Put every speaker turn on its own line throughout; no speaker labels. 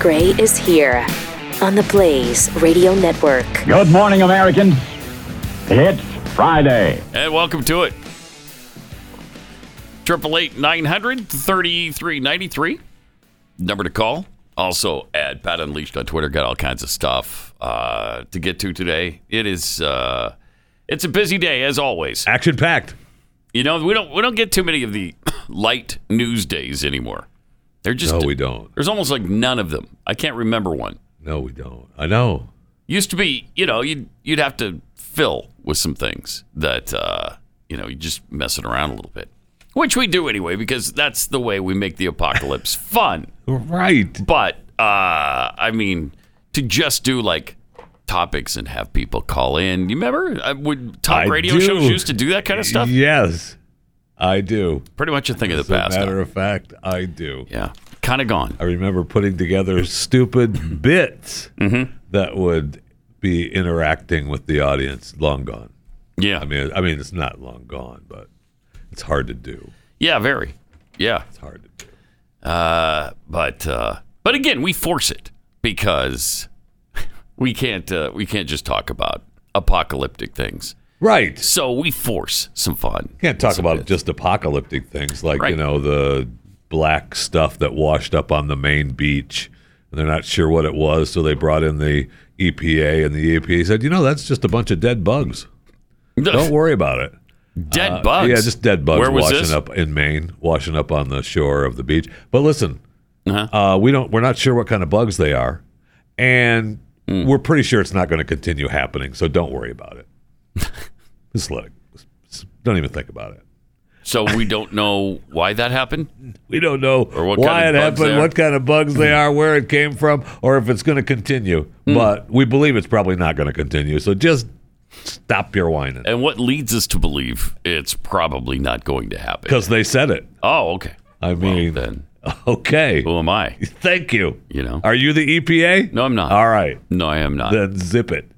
Gray is here on the Blaze Radio Network.
Good morning, Americans. It's Friday.
And welcome to it. Triple eight nine hundred thirty three ninety three. Number to call. Also at Pat Unleashed on Twitter. Got all kinds of stuff uh, to get to today. It is uh, it's a busy day as always.
Action packed.
You know we don't we don't get too many of the light news days anymore. They're just
No, we don't.
There's almost like none of them. I can't remember one.
No, we don't. I know.
used to be, you know, you'd you'd have to fill with some things that uh, you know, you just messing around a little bit. Which we do anyway, because that's the way we make the apocalypse fun.
Right.
But uh, I mean, to just do like topics and have people call in. You remember? I would top
I
radio
do.
shows used to do that kind of stuff?
Yes, I do.
Pretty much a thing of
As
the
a
past. now.
matter of fact, I do.
Yeah. Kind of gone.
I remember putting together stupid bits
Mm-hmm.
that would be interacting with the audience. Long gone.
Yeah.
I mean, I mean, it's not long gone, but it's hard to do.
yeah, very. Yeah.
It's hard to do.
but uh, but again, we force it because we can't uh, we can't just talk about apocalyptic things.
Right.
So we force some fun.
Can't talk
Some
about
bits.
just apocalyptic things like
Right.
you know the black stuff that washed up on the main beach, and they're not sure what it was, so they brought in the EPA, and the EPA said, you know, that's just a bunch of dead bugs. Don't worry about it.
dead
Uh,
bugs.
Yeah, just dead bugs
Where was
washing
this?
up in Maine, washing up on the shore of the beach. But listen,
Uh-huh.
uh, we don't. We're not sure what kind of bugs they are, and
Hmm.
we're pretty sure it's not going to continue happening. So don't worry about it. just let it. just Don't even think about it.
So we don't know why that happened.
We don't know
what
why
kind of
it
bugs they
happened,
are.
what kind of bugs they are, where it came from, or if it's going to continue.
Hmm.
But we believe it's probably not going to continue. So just stop your whining
And what leads us to believe it's probably not going to happen.
because they said it.
Oh, okay.
I mean,
then
okay.
who am I?
Thank you.
You know?
Are you the EPA?
No, I'm not.
All right.
No, I am not.
Then zip it.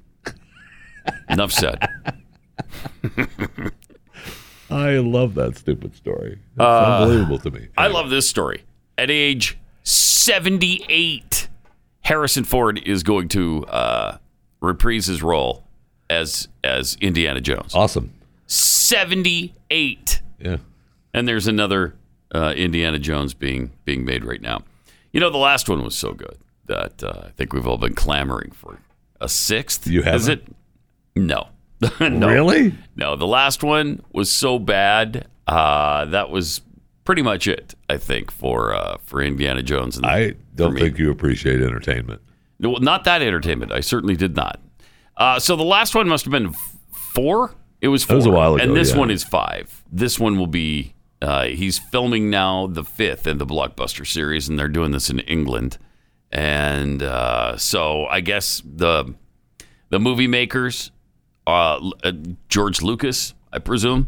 Enough said.
I love that stupid story. It's
Uh,
unbelievable to me.
I love this story. At age 78, Harrison Ford is going to uh, reprise his role as as Indiana Jones.
Awesome.
78,
Yeah.
and there's another uh, Indiana Jones being being made right now. You know, the last one was so good that uh, I think we've all been clamoring for a sixth.
You
Is it?
haven't?
No. no.
Really?
No, the last one was so bad. Uh, that was pretty much it, I think, for uh, for Indiana Jones. And
I don't
me.
think you appreciate entertainment.
no, not that entertainment. I certainly did not. Uh, so the last one must have been f- four. It was four.
was a while ago,
And this
yeah.
one is five. This one will be. Uh, he's filming now the fifth in the blockbuster series, and they're doing this in England. And uh, so I guess the the movie makers, uh, L- uh, George Lucas, I presume,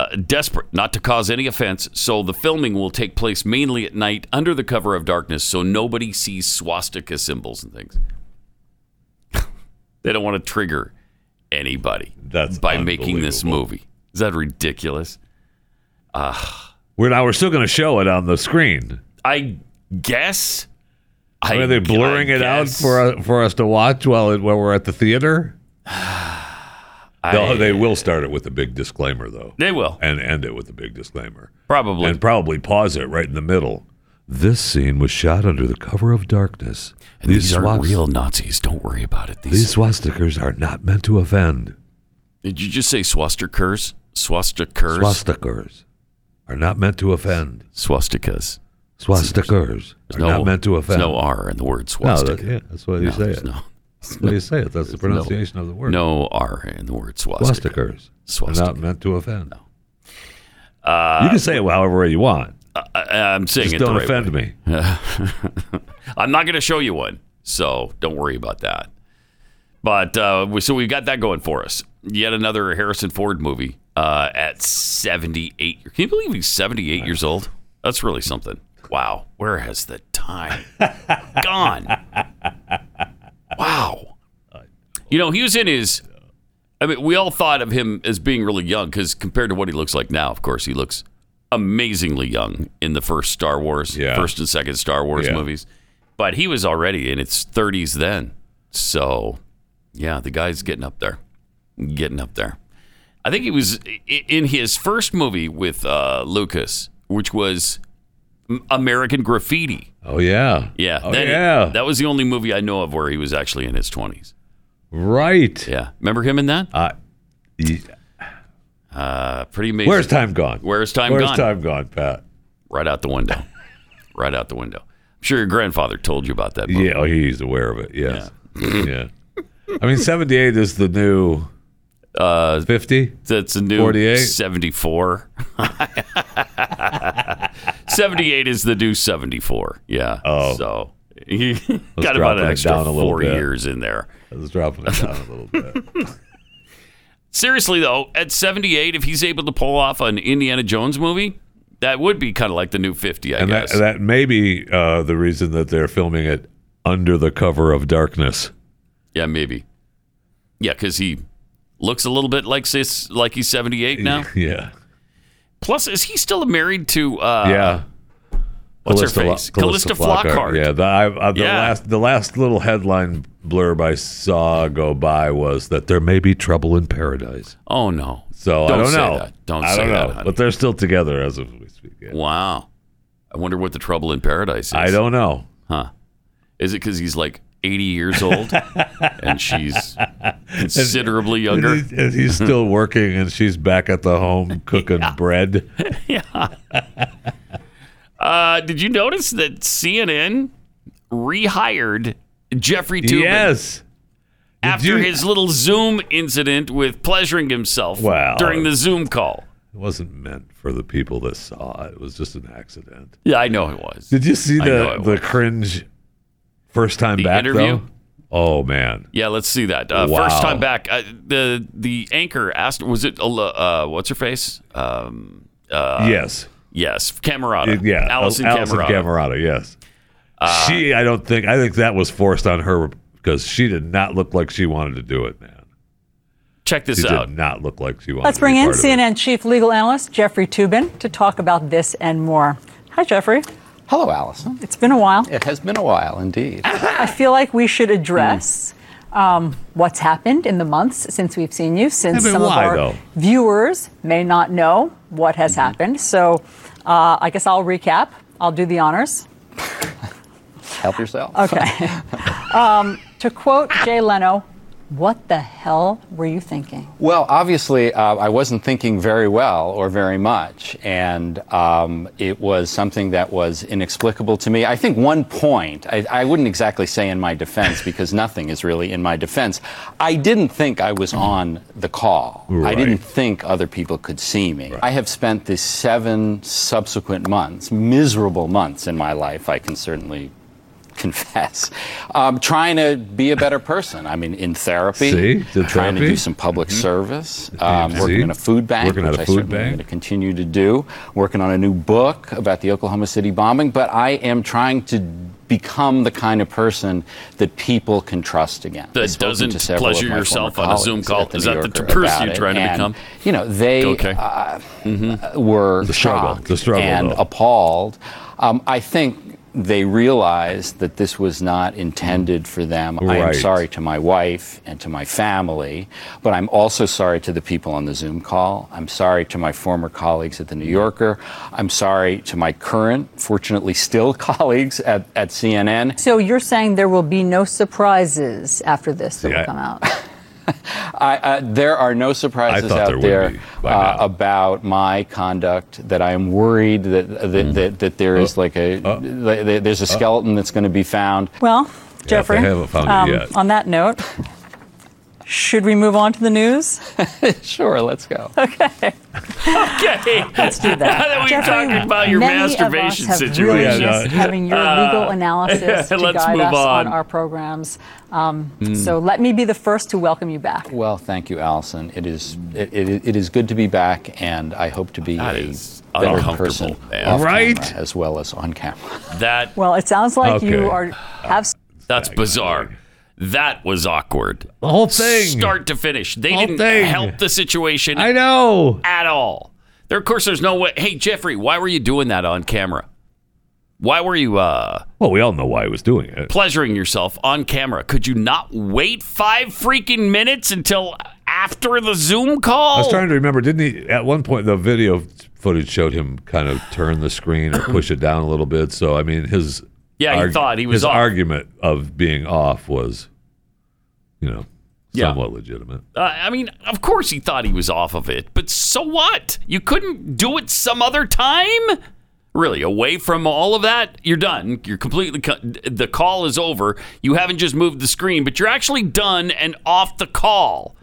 uh, desperate not to cause any offense, so the filming will take place mainly at night under the cover of darkness, so nobody sees swastika symbols and things. they don't want to trigger anybody
That's
by making this
unbelievable.
movie. Is that ridiculous? Uh,
We're now we're still going to show it on the screen.
I guess. I,
Are they blurring
I
it out
guess
for uh, for us to watch while it, while we're at the theater?
I-
No, they will start it with a big disclaimer though,
They will
and end it with a big disclaimer,
probably.
and probably pause it right in the middle. This scene was shot under the cover of darkness.
And these,
swast-
aren't real Nazis. Don't worry about it. These
These swastikas are not meant to offend.
Did you just say swastikas? Swastikas?
Swastikas are not meant to offend.
Swastikas.
Swastikas are
There's no,
not meant to
there's
offend.
no R in the word
No, that-
swastika.
yeah, that's why you
No,
say
there's
it.
no-
That's why you say it. That's the pronunciation of the word.
No R in the word swastika.
swastikas are
Swastika.
not meant to offend. you can say it however way you want.
I, Uh, I'm saying
Just
it the
don't
right
offend me.
way. I'm not going to show you one, so don't worry about that. But uh, we- so we've got that going for us. Yet another Harrison Ford movie uh, at 78. Can you believe he's 78 years old? That's really something. Wow. Where has the time gone? Wow. You know, he was in his. I mean, we all thought of him as being really young because compared to what he looks like now, of course, he looks amazingly young in the first Star Wars,
Yeah.
first and second Star Wars
Yeah.
movies. But he was already in its 30s then. So, yeah, the guy's getting up there. Getting up there. I think he was i- in his first movie with uh, Lucas, which was M- American Graffiti.
Oh yeah.
Yeah.
Oh
that-
yeah.
That was the only movie I know of where he was actually in his 20s.
right.
Yeah. Remember him in that?
Uh, y-
Uh, pretty amazing.
where's time gone?
Where's time
Where's
gone?
time gone, Pat?
Right out the window. right out the window. I'm sure your grandfather told you about that movie.
Yeah. Oh, he's aware of it. Yes. Yeah. I mean, seventy-eight is the new
Uh,
fifty.
That's a new
48?
74. 78 is the new 74. Yeah.
Oh.
So you got
drop
about an
it
extra
down a little
four
bit.
years in there.
I was dropping it down a little bit.
Seriously, though, at 78, if he's able to pull off an Indiana Jones movie, that would be kind of like the new 50, I
And that,
guess.
that may be uh, the reason that they're filming it under the cover of darkness.
yeah, maybe. Yeah, because he looks a little bit like, sis, like he's 78 now.
Yeah.
Plus, is he still married to. Uh,
yeah.
what's her
Lo-
face? Callista Flockhart.
Yeah, the, I, I, the
Yeah.
last the last little headline blurb I saw go by was that there may be trouble in paradise.
Oh, no.
So I
Don't
don't
say
know.
that. Don't
I
say
don't
that,
know.
honey.
But they're still together as of we speak. yeah.
Wow. I wonder what the trouble in paradise is.
I don't know.
Huh. Is it because he's like 80 years old and she's considerably younger?
And, he- and he's still working, and she's back at the home cooking bread.
Uh, did you notice that CNN rehired Jeffrey Toobin
Yes. Did
after
you-
his little Zoom incident with pleasuring himself
Wow.
during the Zoom call?
It wasn't meant for the people that saw it. It was just an accident.
Yeah, I know it was.
Did you see
I know
the
it
the
was.
cringe first time
The
back
interview?
though? Oh man,
Yeah, let's see that. Uh, First
Wow.
time back, uh, the the anchor asked, was it uh, what's her face? Um, uh,
yes,
Yes, Camerata.
It- yeah,
Allison, Uh,
Al- Allison
Camerata.
Camerata, yes. she, I don't think, I think that was forced on her because she did not look like she wanted to do it, man.
Check this
She
out.
did not look like she wanted.
Let's
to be
bring in
part of it.
CNN chief legal analyst Jeffrey Toobin to talk about this and more. Hi, Jeffrey.
Hello, Allison.
It's been a while.
It has been a while Hmm. indeed.
I feel like we should address um, what's happened in the months since we've seen you, since
Yeah, but
some
why,
of our
though? Mm-hmm.
viewers may not know what has happened. So uh, I guess I'll recap. I'll do the honors.
Help yourself.
Okay. um, to quote Jay Leno, what the hell were you thinking?
Well, obviously, uh, I wasn't thinking very well or very much, and um, it was something that was inexplicable to me. I think one point, I, I wouldn't exactly say in my defense because nothing is really in my defense. I didn't think I was on the call. I didn't think other people could see me. I have spent the seven subsequent months, miserable months in my life, I can certainly confess, um, trying to be a better person. I mean, in therapy,
See? The
trying to
therapy? Mm-hmm.
do some public service, um,
See?
working in a food bank,
Working at
which
a
I
food
certainly am
bank.
going to continue to do, working on a new book about the Oklahoma City bombing. But I am trying to become the kind of person that people can trust again.
That
I've spoken
doesn't
to several of
pleasure
my
yourself
former
on a Zoom
colleagues
call.
at
Is that
New
the
Yorker
person
about
you're
it,
trying to
and,
become?
You know, they
Okay.
uh, were
The struggle,
shocked
the struggle,
and
though.
appalled. Um, I think they realized that this was not intended for them. I am
Right.
sorry to my wife and to my family, but I'm also sorry to the people on the Zoom call. I'm sorry to my former colleagues at The New Yorker. I'm sorry to my current, fortunately still colleagues at, at CNN.
So you're saying there will be no surprises after this that
Yeah, I-
will come out?
I, uh, there are no surprises
thought
out
there would
there,
be by
uh,
now.
about my conduct. That I am worried that that, that, that there is like a th- th- there's a skeleton that's going to be found.
Well, Jeffrey, um,
they haven't found it yet.
on that note, should we move on to the news?
Sure, let's go.
Okay. Let's
do that.
we were talking about your
many
masturbation
of us have
situation.
Really
Yeah,
missed
no.
having your legal analysis to
let's
guide
move
us on.
on.
our programs. Um, So let me be the first to welcome you back.
Well, thank you, Allison. It is it, it, it is good to be back, and I hope to be
That
a
is
better
uncomfortable,
person
man.
off
Right?
camera as well as on camera.
That
Well, it sounds like
Okay.
you are have s-
that's bizarre. That was awkward.
The whole thing.
Start to finish. They
Whole
didn't
thing.
help the situation
I know.
at all. There, of course, there's no way. Hey, Jeffrey, why were you doing that on camera? Why were you uh,
Well, we all know why he was doing it.
pleasuring yourself on camera? Could you not wait five freaking minutes until after the Zoom call?
I was trying to remember. Didn't he at one point the video footage showed him kind of turn the screen or push it down a little bit? So I mean, his
Yeah, he thought he was
his
off.
argument of being off was, you know,
Yeah.
somewhat legitimate.
Uh, I mean, of course he thought he was off of it, but so what? You couldn't do it some other time? Really, away from all of that, you're done. You're completely co- the call is over. You haven't just moved the screen, but you're actually done and off the call.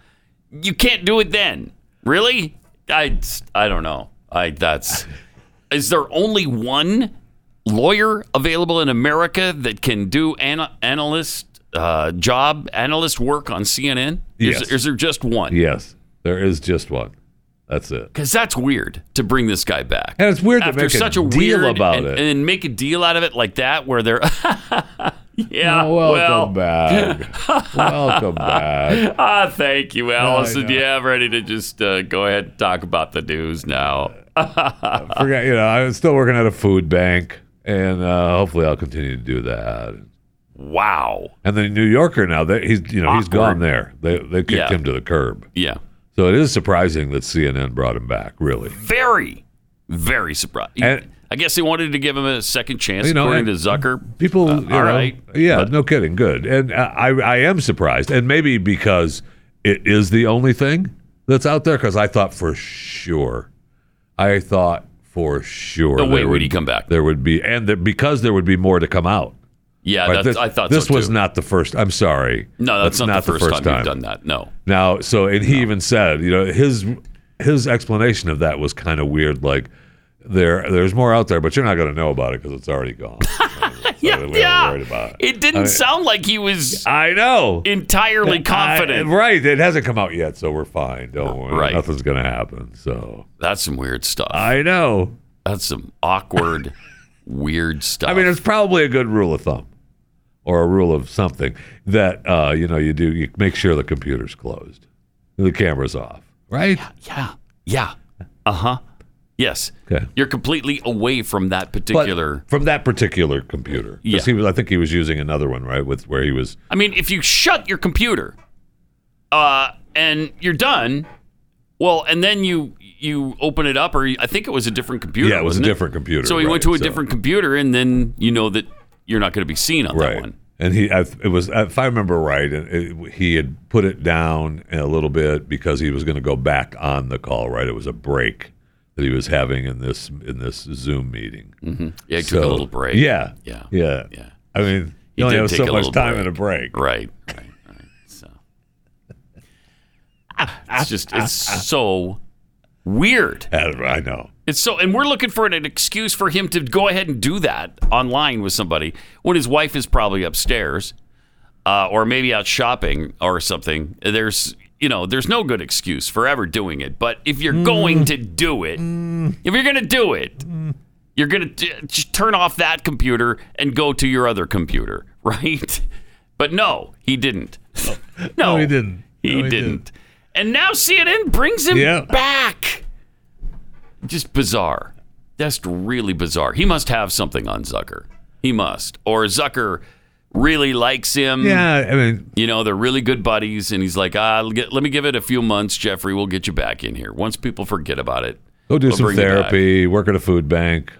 You can't do it then. Really? I I don't know. I that's Is there only one lawyer available in America that can do an, analyst uh, job, analyst work on CNN?
Yes.
Is, is there just one?
Yes, there is just one. That's it.
Because that's weird to bring this guy back.
And it's weird to
After
make a
such a
deal
weird
about
and,
it.
and make a deal out of it like that, where they're, yeah, Ah, well,
back. welcome back.
ah, thank you, Allison.
know.
yeah, I'm ready to just uh, go ahead and talk about the news now.
Forget, you know, I'm still working at a food bank, and uh, hopefully, I'll continue to do that.
Wow.
And the New Yorker now that he's you know he's gone
Awkward.
there. They they kicked
Yeah.
him to the curb.
Yeah.
So it is surprising that CNN brought him back. Really,
Very, very surprised.
And-
I guess they wanted to give him a second chance,
You know,
according to
and
Zucker.
people.
Uh,
you
all
know,
right.
yeah, no kidding. Good. And uh, I I am surprised, and maybe because it is the only thing that's out there. Because I thought for sure, I thought for sure.
No, wait,
there
would he come back?
There would be, and that because there would be more to come out.
Yeah,
Right,
that's,
this,
I thought
this
so
was
too.
not the first. I'm sorry.
No, that's, not, the first, time,
time
you've done that. No.
Now, so and he even said, you know, his his explanation of that was kind of weird. Like there, there's more out there, but you're not going to know about it because it's already gone. yeah, Worried about it.
It didn't sound like he was
I know.
entirely confident.
I- right? It hasn't come out yet, so we're fine. Don't worry.
Right.
Nothing's going to happen. So
That's some weird stuff.
I know.
That's some awkward, weird stuff.
I mean, it's probably a good rule of thumb or a rule of something that uh, you know you do. You make sure the computer's closed, the camera's off, right?
yeah, yeah, uh huh, yes.
Okay.
You're completely away from that
But
particular.
from that particular computer. 'Cause
Yeah.
he was, I think he was using another one, right? With where he was.
I mean, if you shut your computer, uh, and you're done, well, and then you you open it up, or I think it was a different computer.
Yeah, it was a
wasn't
different computer,
So he
right,
went to a
so-
different computer, and then you know that you're not going to be seen on that
Right.
one.
And he, I, it was, if I remember right, and it, he had put it down a little bit because he was going to go back on the call. Right, it was a break that he was having in this in this Zoom meeting. Mm-hmm.
Yeah, he took a little break.
Yeah,
Yeah.
yeah,
Yeah.
I mean,
He
you only
did
have
take
so
a
much
little
time
break.
in a break.
Right, right, right. So it's just it's so weird.
And Uh, I know.
It's so, and we're looking for an, an excuse for him to go ahead and do that online with somebody when his wife is probably upstairs, uh, or maybe out shopping or something. There's you know there's no good excuse for ever doing it. But if you're going to do it, if you're going to do it, you're going to just turn off that computer and go to your other computer, right? But no, he didn't. No,
No, he didn't.
He,
No, he
didn't. And now CNN brings him
Yeah.
back. Just bizarre. That's really bizarre. He must have something on Zucker. He must. Or Zucker really likes him.
Yeah, I mean,
You know, they're really good buddies. And he's like, ah, let let me give it a few months, Jeffrey. We'll get you back in here. Once people forget about it,
go do
We'll
some
bring you back.
therapy, work at a food bank.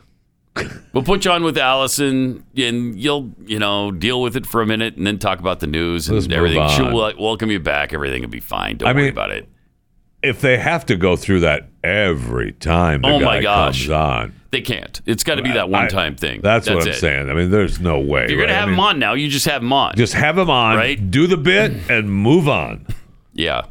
We'll put you on with Allison, and you'll you know deal with it for a minute, and then talk about the news and
Let's move
everything. She'll
on.
wel- welcome you back. Everything will be fine. Don't
I
worry
mean,
about it.
If they have to go through that every time the
Oh
guy
my gosh.
comes on,
They can't. It's got to be that one time
I-
thing.
That's, what I'm
it.
saying. I mean, there's no way.
You're gonna
right? I
have
mean,
him on now. You just have him on.
Just have him on,
Right?
do the bit, and move on.
yeah.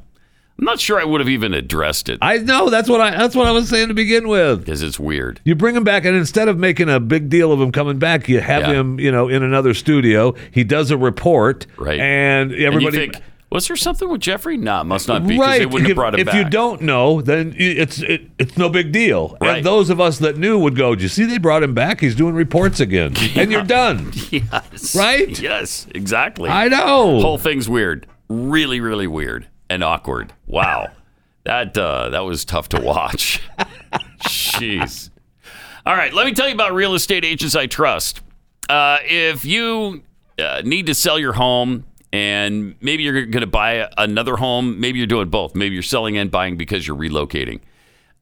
I'm not sure I would have even addressed it
I know that's what I that's what I was saying to begin with.
because it's weird.
You bring him back, and instead of making a big deal of him coming back, you have
Yeah.
him, you know, in another studio. He does a report,
Right.
And
And you
everybody,
think was there something with Jeffrey? Nah, must not be because
right?
they wouldn't
if,
have brought him
if
back.
you don't know, then i- it's it, it's no big deal.
Right.
And those of us that knew would go, "Do you see they brought him back? He's doing reports again, and you're done."
yes,
Right?
Yes, exactly.
I know.
whole thing's weird really really weird and awkward wow that uh that was tough to watch jeez All right, let me tell you about real estate agents I trust. Uh, if you uh, need to sell your home and maybe you're going to buy another home, maybe you're doing both. Maybe you're selling and buying because you're relocating.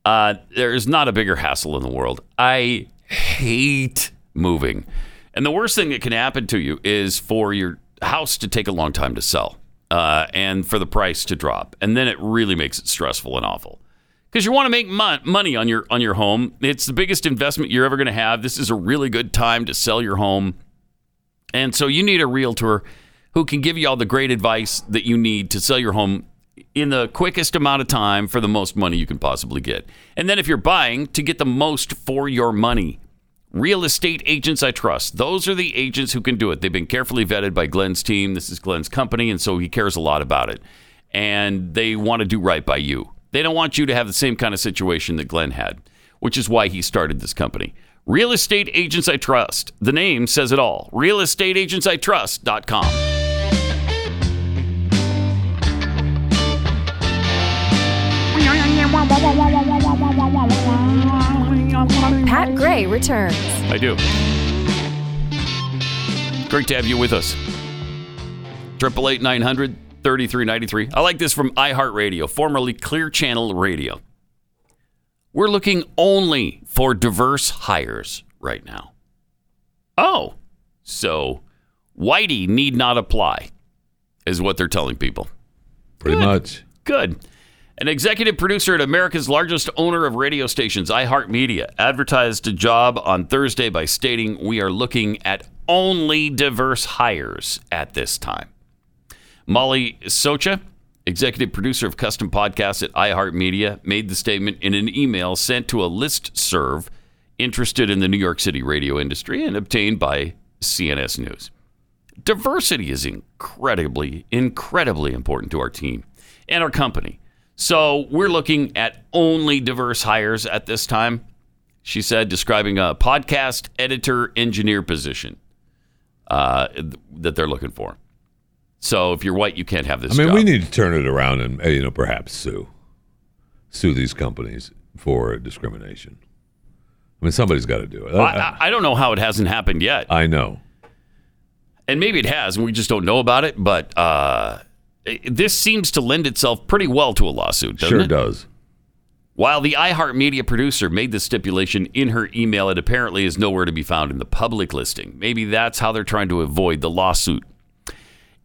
Uh, there is not a bigger hassle in the world. I hate moving. And the worst thing that can happen to you is for your house to take a long time to sell uh, and for the price to drop. And then it really makes it stressful and awful because you want to make mon- money on your on your home. It's the biggest investment you're ever going to have. This is a really good time to sell your home, and so you need a realtor who can give you all the great advice that you need to sell your home in the quickest amount of time for the most money you can possibly get. And then if you're buying, to get the most for your money. Real estate agents I trust. Those are the agents who can do it. They've been carefully vetted by Glenn's team. This is Glenn's company, and so he cares a lot about it. And they want to do right by you. They don't want you to have the same kind of situation that Glenn had, which is why he started this company. Real Estate Agents I Trust. The name says it all. RealEstateAgentsITrust.com.
Pat Gray returns.
I do. Great to have you with us. Triple eight nine hundred thirty three ninety three. I like this from iHeartRadio, formerly Clear Channel Radio. We're looking only for diverse hires right now. Oh, so Whitey need not apply, is what they're telling people.
Pretty much.
Good. An executive producer at America's largest owner of radio stations, iHeartMedia, advertised a job on Thursday by stating, We are looking at only diverse hires at this time. Molly Socha, executive producer of custom podcasts at iHeartMedia, made the statement in an email sent to a list serve interested in the New York City radio industry and obtained by CNS News. Diversity is incredibly, incredibly important to our team and our company. So we're looking at only diverse hires at this time, she said, describing a podcast editor engineer position uh, that they're looking for. So if you're white, you can't have this.
I mean,
job.
we need to turn it around and eh, you know perhaps sue sue these companies for discrimination. I mean, somebody's got to do it. Uh,
I, I, I don't know how it hasn't happened yet,
I know.
and maybe it has, and we just don't know about it. But uh, it- this seems to lend itself pretty well to a lawsuit, doesn't
Sure
it?
does.
While the iHeartMedia producer made the stipulation in her email, it apparently is nowhere to be found in the public listing. Maybe that's how they're trying to avoid the lawsuit.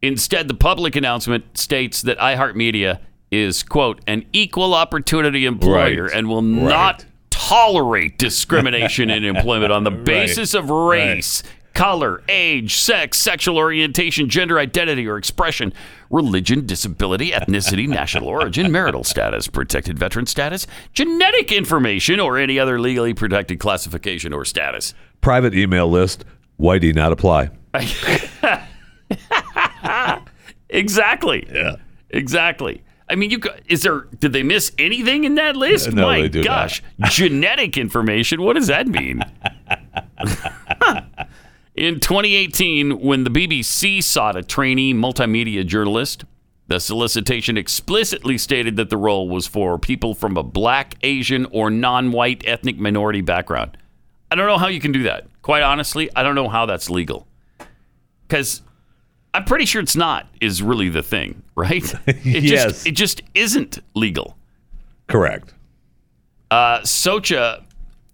Instead, the public announcement states that iHeartMedia is, quote, an equal opportunity employer
Right.
and will
Right.
not tolerate discrimination in employment on the basis of race, color, age, sex, sexual orientation, gender identity or expression, religion, disability, ethnicity, national origin, marital status, protected veteran status, genetic information, or any other legally protected classification or status.
Private email list. Whitey not apply.
Exactly. Yeah. Exactly. I mean, you got- is there? Did they miss anything in that list?
No,
My
they do not.
gosh, genetic information. What does that mean? in 2018, when the BBC sought a trainee multimedia journalist, the solicitation explicitly stated that the role was for people from a black, Asian, or non-white ethnic minority background. I don't know how you can do that. Quite honestly, I don't know how that's legal. Because I'm pretty sure it's not is really the thing, right? It
Yes.
just it just isn't legal.
Correct.
Uh, Socha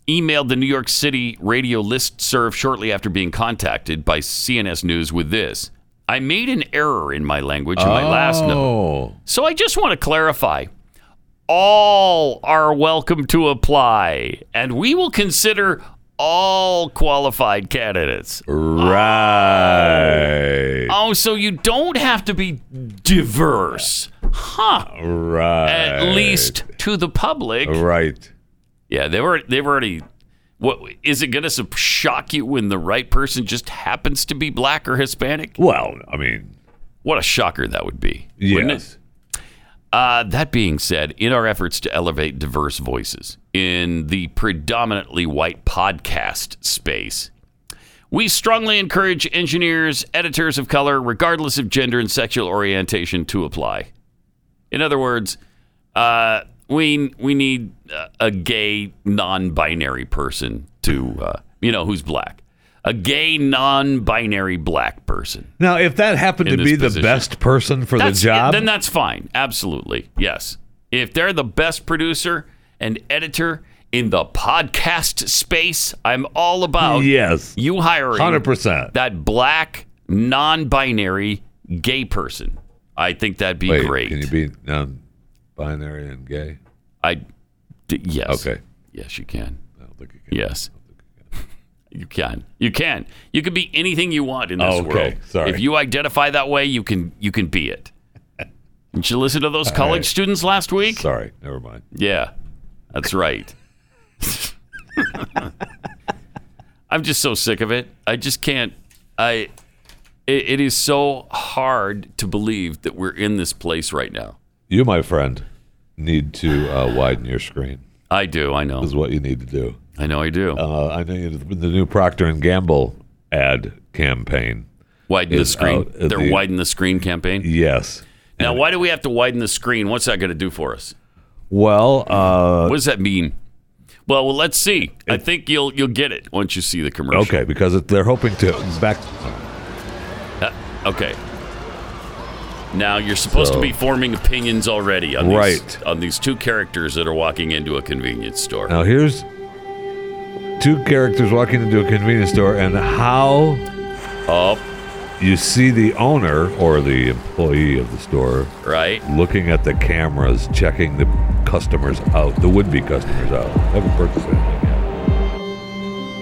emailed the New York City radio list serve shortly after being contacted by CNS News with this. I made an error in my language in my last note.
Oh,
So I just want to clarify all are welcome to apply, and we will consider all qualified candidates.
right,
Oh, so you don't have to be diverse. Huh.
right,
At least to the public.
right.
Yeah, they were they've already what is it going to su- shock you when the right person just happens to be black or Hispanic?
Well, I mean,
What a shocker that would be. wouldn't it?
yes,
Uh, that being said, in our efforts to elevate diverse voices in the predominantly white podcast space, we strongly encourage engineers, editors of color, regardless of gender and sexual orientation, to apply. In other words, uh, we we need uh, a gay non-binary person to uh, you know who's black, a gay non-binary black person.
Now, if that happened
In
to
this
be the
position.
best person for
That's-
the job,
then that's fine. Absolutely, yes. If they're the best producer and editor in the podcast space, I'm all about
yes,
you hiring
100%.
that black non-binary gay person. I think that'd be
Wait,
great.
Can you be non-binary and gay?
I d- yes.
Okay.
Yes, you can.
I don't think you can.
Yes. You can. You can. You can be anything you want in this
Oh, Okay,
world.
sorry.
If you identify that way, you can you can be it. Did you listen to those college
right.
students last week?
Sorry, never mind.
Yeah. That's right. I'm just so sick of it. I just can't I it, it is so hard to believe that we're in this place right now.
You, my friend, need to uh, widen your screen.
I do, I know.
Is what you need to do.
I know I do.
Uh, I know you, the new Procter and Gamble ad campaign.
widen the
is
screen.
out of
They're
the-
widen the screen campaign.
Yes.
Now, why do we have to widen the screen? What's that going to do for us?
Well, uh,
What does that mean? Well, well, let's see. I think you'll you'll get it once you see the commercial.
okay, because it, they're hoping to back.
Uh, okay. Now you're supposed
So-
to be forming opinions already on these,
Right.
on these two characters that are walking into a convenience store.
Now here's two characters walking into a convenience store, and how
Oh,
you see the owner or the employee of the store
right.
looking at the cameras, checking the customers out, the would-be customers out. Haven't purchased anything yet.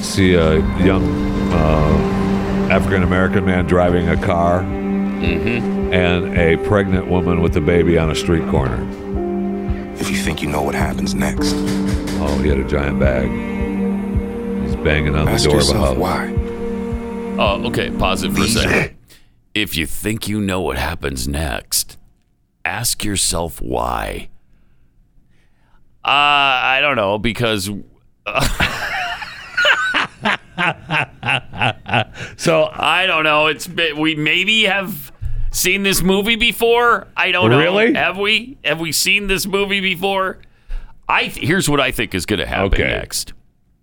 See a young uh, African-American man driving a car,
Mm-hmm.
and a pregnant woman with a baby on a street corner.
If you think you know what happens next,
Oh, he had a giant bag. He's banging on the
ask
door of a
yourself
house.
why.
Oh, okay. Pause it for a second. If you think you know what happens next, ask yourself why. Uh, I don't know because
So
I don't know. It's we maybe have seen this movie before. I don't know.
Really?
Have we? Have we seen this movie before? I th- here's what I think is going to happen
Okay.
next.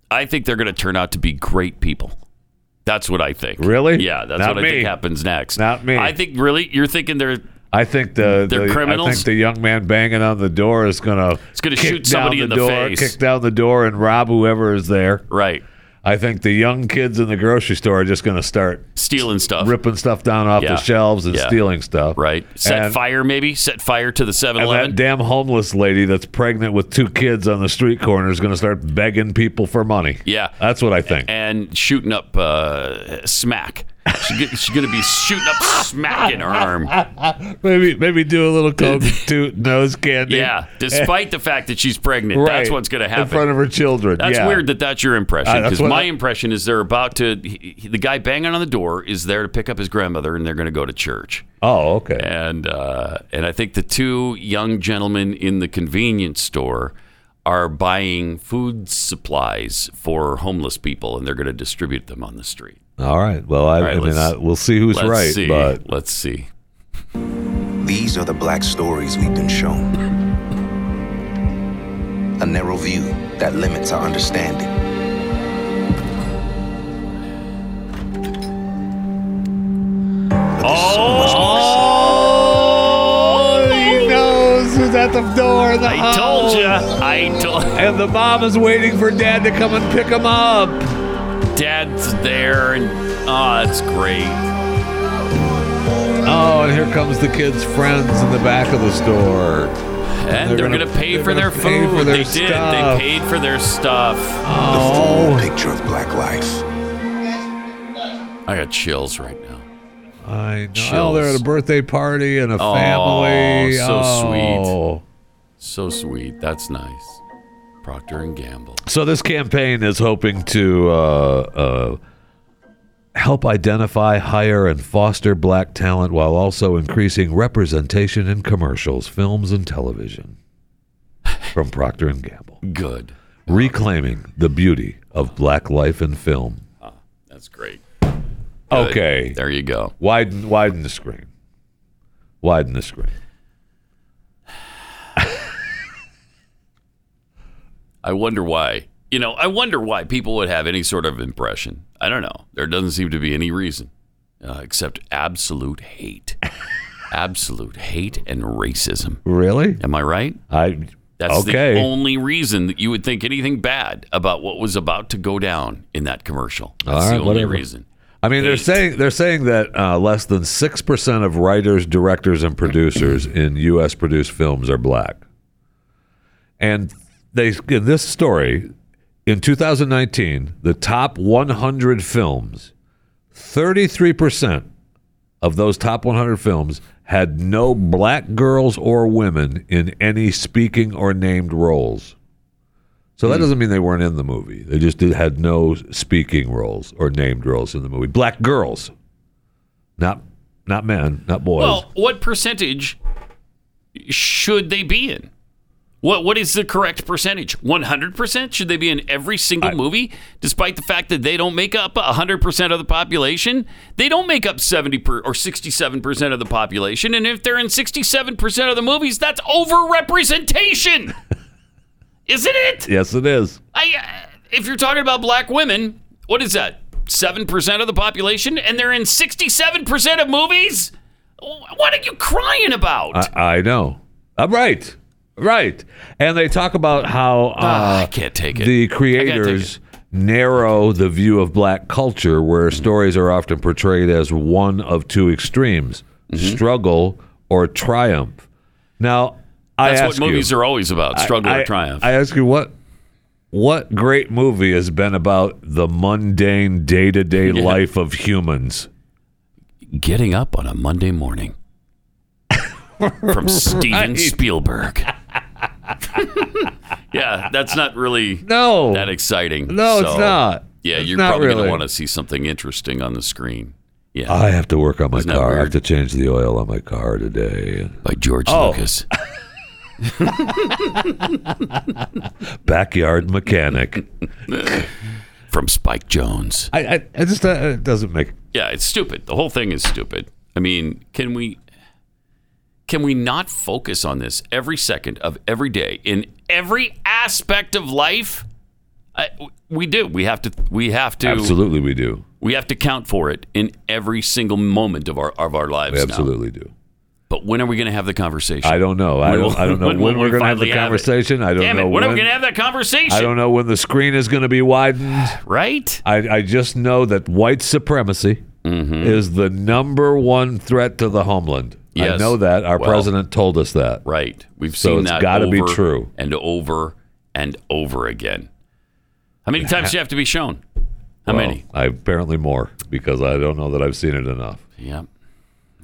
I think they're going to turn out to be great people. That's what I think.
Really?
Yeah, that's
Not
what I
me.
think happens next.
Not me.
I think really you're thinking they're
I think the, the
They're
I
criminals?
think the young man banging on the door is gonna
It's gonna
kick
shoot somebody
down
in the
door,
face.
kick down the door, and rob whoever is there.
right
I think the young kids in the grocery store are just gonna start
stealing stuff.
ripping stuff down off
Yeah.
the shelves and
Yeah.
stealing stuff.
Right. Set
and,
fire maybe. Set fire to the 7
And that
Eleven.
damn homeless lady that's pregnant with two kids on the street corner is gonna start begging people for money.
Yeah.
that's what I think.
and shooting up uh, smack. She get, she's going to be shooting up smack in her arm.
Maybe maybe do a little coke toot nose candy.
Yeah, despite the fact that she's pregnant,
Right.
that's what's going to happen.
in front of her children.
that's
yeah.
weird that that's your impression
Uh, that's
because
what
my
I-
impression is they're about to. He, he- the guy banging on the door is there to pick up his grandmother, and they're going to go to church.
Oh, okay.
And uh, and I think the two young gentlemen in the convenience store are buying food supplies for homeless people, and they're going to distribute them on the street.
All right. Well, I,
All right,
I mean, I,
let's-
we'll see who's
Let's
right,
see.
but
Let's see.
These are the black stories we've been shown. A narrow view that limits our understanding. But there's so much more to
Oh,
see.
he knows who's at the door. The
I told you. Oh. I told.
And the mom is waiting for dad to come and pick him up.
Dad's there, and oh, that's great.
Oh, and here comes the kids' friends in the back of the store.
And
They're
they're,
gonna-
gonna, pay
they're
for their
gonna pay
food.
for their
they did. They
stuff. Oh.
paid for their stuff.
The full picture of black life.
I got chills right now.
I know. Oh,
Chills.
they're at a birthday party and a
Oh,
family.
so
Oh.
So sweet. That's nice. Procter and Gamble.
So this campaign is hoping to uh, uh, help identify, hire, and foster black talent while also increasing representation in commercials, films, and television. From Procter and Gamble,
Good.
reclaiming the beauty of black life in film.
That's Ah, great. Good.
Okay.
There you go.
Widen widen the screen. Widen the screen.
I wonder why. You know, I wonder why people would have any sort of impression. I don't know. There doesn't seem to be any reason uh, except absolute hate. absolute hate and racism.
Really?
Am I right?
I
That's
okay.
the only reason that you would think anything bad about what was about to go down in that commercial. That's
All
the
right,
only
whatever.
reason.
I mean, they're
Eight.
saying they're saying that uh, less than six percent of writers, directors, and producers in U.S. produced films are black. And they in this story in 2019, the top 100 films, 33 percent of those top 100 films had no black girls or women in any speaking or named roles. So that doesn't mean they weren't in the movie. They just did, had no speaking roles or named roles in the movie. Black girls, not not men, not boys.
Well, what percentage should they be in? What what is the correct percentage? One hundred percent? Should they be in every single movie, despite the fact that they don't make up hundred percent of the population? They don't make up seventy per, or sixty-seven percent of the population, and if they're in sixty-seven percent of the movies, that's overrepresentation, isn't it?
yes, it is.
I, uh, if you're talking about black women, what is that? 7% of the population? And they're in 67% of movies? What are you crying about?
I, I know. I'm right, right. And they talk about how
Ah, I
uh,
can't take it.
the
I gotta take
creators
it.
narrow the view of black culture, where stories are often portrayed as one of two extremes:
Mm-hmm.
struggle or triumph. Now, I
That's
ask
what movies
you,
are always about struggle
I,
or triumph.
I ask you what what great movie has been about the mundane day to day
Yeah.
life of humans?
Getting up on a Monday morning from Steven Spielberg. yeah, that's not really
No.
that exciting.
No, it's
So,
not.
Yeah,
It's
you're
not
probably going
really.
to want to see something interesting on the screen. Yeah,
I have to work on my
Isn't that
car. I have
weird?
to change the oil on my car today.
by George
Oh.
Lucas.
Backyard mechanic.
from Spike Jones.
I, I, I just uh, it doesn't make.
Yeah, it's stupid. The whole thing is stupid. I mean, can we can we not focus on this every second of every day in every aspect of life? I, we do. We have to. We have to.
Absolutely, we do.
We have to count for it in every single moment of our of our lives.
We
now.
absolutely do.
But when are we going to have the conversation?
I don't know. I
When
don't.
will-
I don't know when,
will
we're
we
going to have
finally
the
it?
conversation. I don't
Damn
know
it! When,
when.
are we going to have that conversation?
I don't know when the screen is going to be widened.
Right?
I, I just know that white supremacy
Mm-hmm.
is the number one threat to the homeland. I
Yes.
know that. Our
Well-
president told us that.
Right. We've
So
seen
it's
that
gotta be
over
true.
and over and over again. How many times do you have to be shown? How
Well,
many?
I, apparently more because I don't know that I've seen it enough.
Yep.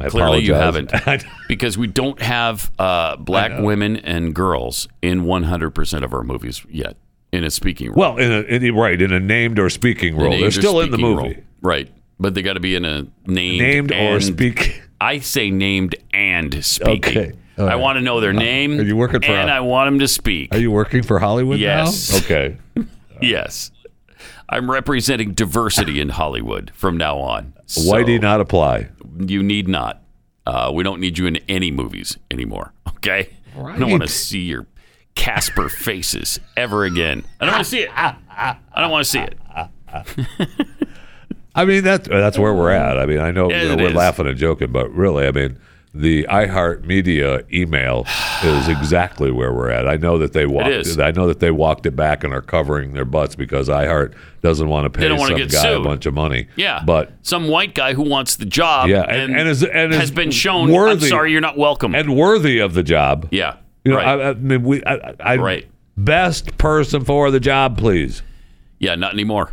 I
Clearly you
apologize.
haven't. Because we don't have uh, black women and girls in 100% of our movies yet in a speaking role.
well, in a, in, right in a named or speaking
In
role,
a
they're still in the
speaking
movie.
role. Right. But they got to be in a named,
Named or
and-
speak.
I say named and speaking.
Okay. All
I
right. Uh,
want to know their name.
are you working for
And
a-
I want them to speak.
Are you working for Hollywood now?
Yes.
Okay.
Yes. I'm representing diversity in Hollywood from now on. So
Whitey not apply.
You need not. Uh, we don't need you in any movies anymore. Okay. I don't
Right.
want to see your Casper faces ever again. I don't want to see it. I don't want to see it.
I mean that that's where we're at. I mean I know, you
It
know, we're
is.
laughing and joking, but really, I mean the iHeartMedia email is exactly where we're at. I know that they walked.
is.
I know that they walked it back and are covering their butts because iHeart doesn't want to pay
don't wanna
some
get
guy a
sued.
bunch of money.
Yeah.
but
some white guy who wants the job
Yeah, and-
and,
and is- and is
has been shown, I'm
worthy-
sorry, you're not welcome.
and worthy of the job.
yeah.
you know,
right.
I, I mean, we. I, I, I-
Right.
Best person for the job, please.
Yeah, not anymore.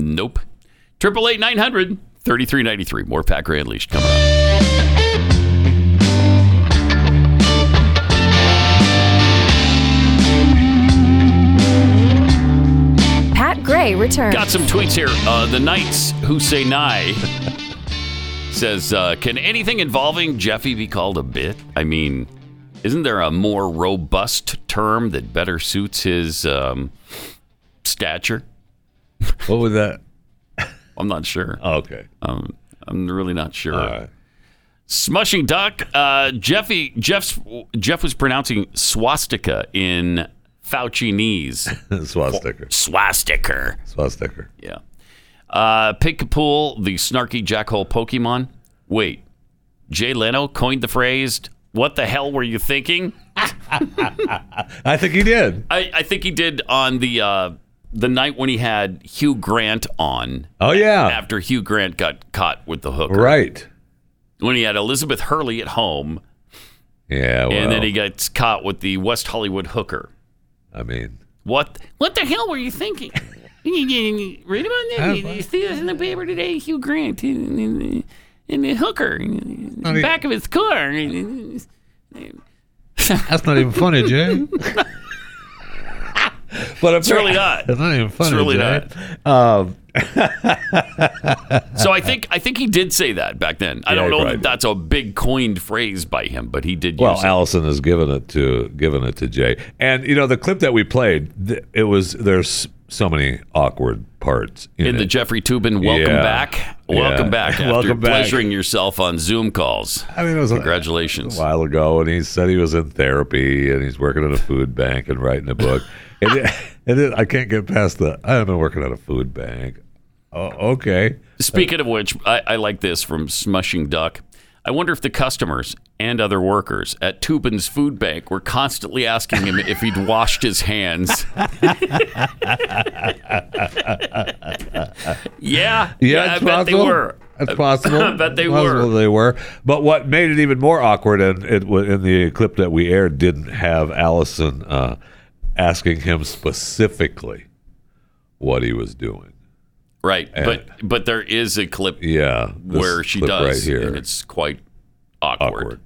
Nope. Triple eight nine hundred thirty three ninety three. More Pat Gray Unleashed coming up.
Pat Gray returns.
Got some tweets here. Uh, the Knights Who Say Nye says, uh, "Can anything involving Jeffy be called a bit? I mean, isn't there a more robust term that better suits his um, stature?
What was that? Oh,
I'm not sure.
Okay.
Um, I'm really not sure.
All right.
Smushing duck. Uh, Jeffy Jeff's Jeff was pronouncing swastika in Fauci knees.
Swastika.
swastika.
Swastika.
Yeah. Uh, Pig Kapool, the snarky jackhole Pokemon. Wait, Jay Leno coined the phrase, What the hell were you thinking?
I think he did.
I, I think he did on the, uh, the night when he had Hugh Grant on
Oh yeah.
after Hugh Grant got caught with the hook.
Right.
When he had Elizabeth Hurley at home
Yeah. Well,
and then he gets caught with the West Hollywood hooker.
I mean,
What what the hell were you thinking? Read about that. You, you see this in the paper today, Hugh Grant in, in, in the hooker in the
mean-
back of his car.
that's not even funny, Jay. but it's
really not.
It's not even funny.
really
Jay. Um,
So I think I think he did say that back then. I
Yeah,
don't
he
know
probably
that
did.
that's a big coined phrase by him, but he did
well,
use it.
Allison has given it to given it to Jay, and you know the clip that we played. Th- it was there's so many awkward parts in,
In the
it.
Jeffrey Tubin, welcome
Yeah.
back, welcome
Yeah.
back after
Welcome back.
pleasuring yourself on Zoom calls.
I mean, it was a-
Congratulations.
a while ago, and he said he was in therapy and he's working at a food bank and writing a book. and it, and it, I can't get past the I've been working at a food bank. Oh, okay.
Speaking of which, I, I like this from Smushing Duck. I wonder if the customers and other workers at Tubin's food bank were constantly asking him if he'd washed his hands. yeah,
Yeah,
I
it's
bet they
possible.
were.
That's possible.
I bet they
Possible
were.
They were. But what made it even more awkward, and it wa- in the clip that we aired, didn't have Allison uh, asking him specifically what he was doing.
Right, but but there is a clip
Yeah, this
where she
clip
does,
right here.
and it's quite awkward.
awkward.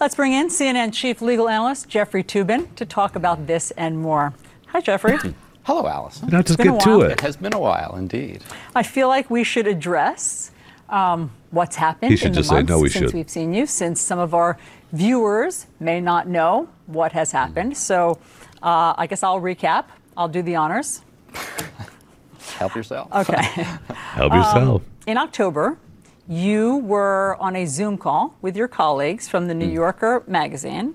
Let's bring in CNN chief legal analyst Jeffrey Toobin to talk about this and more. Hi, Jeffrey.
Hello, Allison.
Now just
been a
get to
while.
it.
It has been a while, indeed.
I feel like we should address um, what's happened
He should
in the
just say,
months
"No, we
since
should."
we've seen you, since some of our viewers may not know what has happened. So uh, I guess I'll recap. I'll do the honors.
Help yourself.
Okay.
Help yourself.
Um, in October, you were on a Zoom call with your colleagues from the New
Hmm.
Yorker magazine.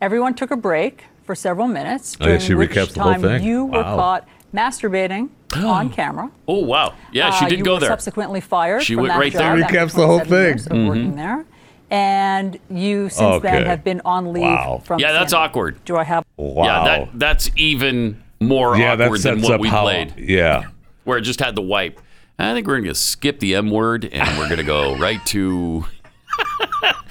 Everyone took a break for several minutes,
Oh, yeah,
during
she
which
recaps the whole
time
thing.
you were
Wow.
caught masturbating on camera.
Oh wow, yeah, she
Uh,
did
you
go
were
there.
Subsequently fired.
She
from
went
that
right
job
there. Mm-hmm.
after
Recaps the whole
27 years
thing.
of Working there, and you since
Okay.
then have been on leave
Wow. Oh.
from.
yeah, that's
CNN.
awkward.
Do I have?
Wow.
Yeah, that that's even more
Yeah, that
awkward than
sets
what
up
we
how-
played.
Yeah.
where it just had the wipe. I think we're going to skip the M word and we're going to go right to.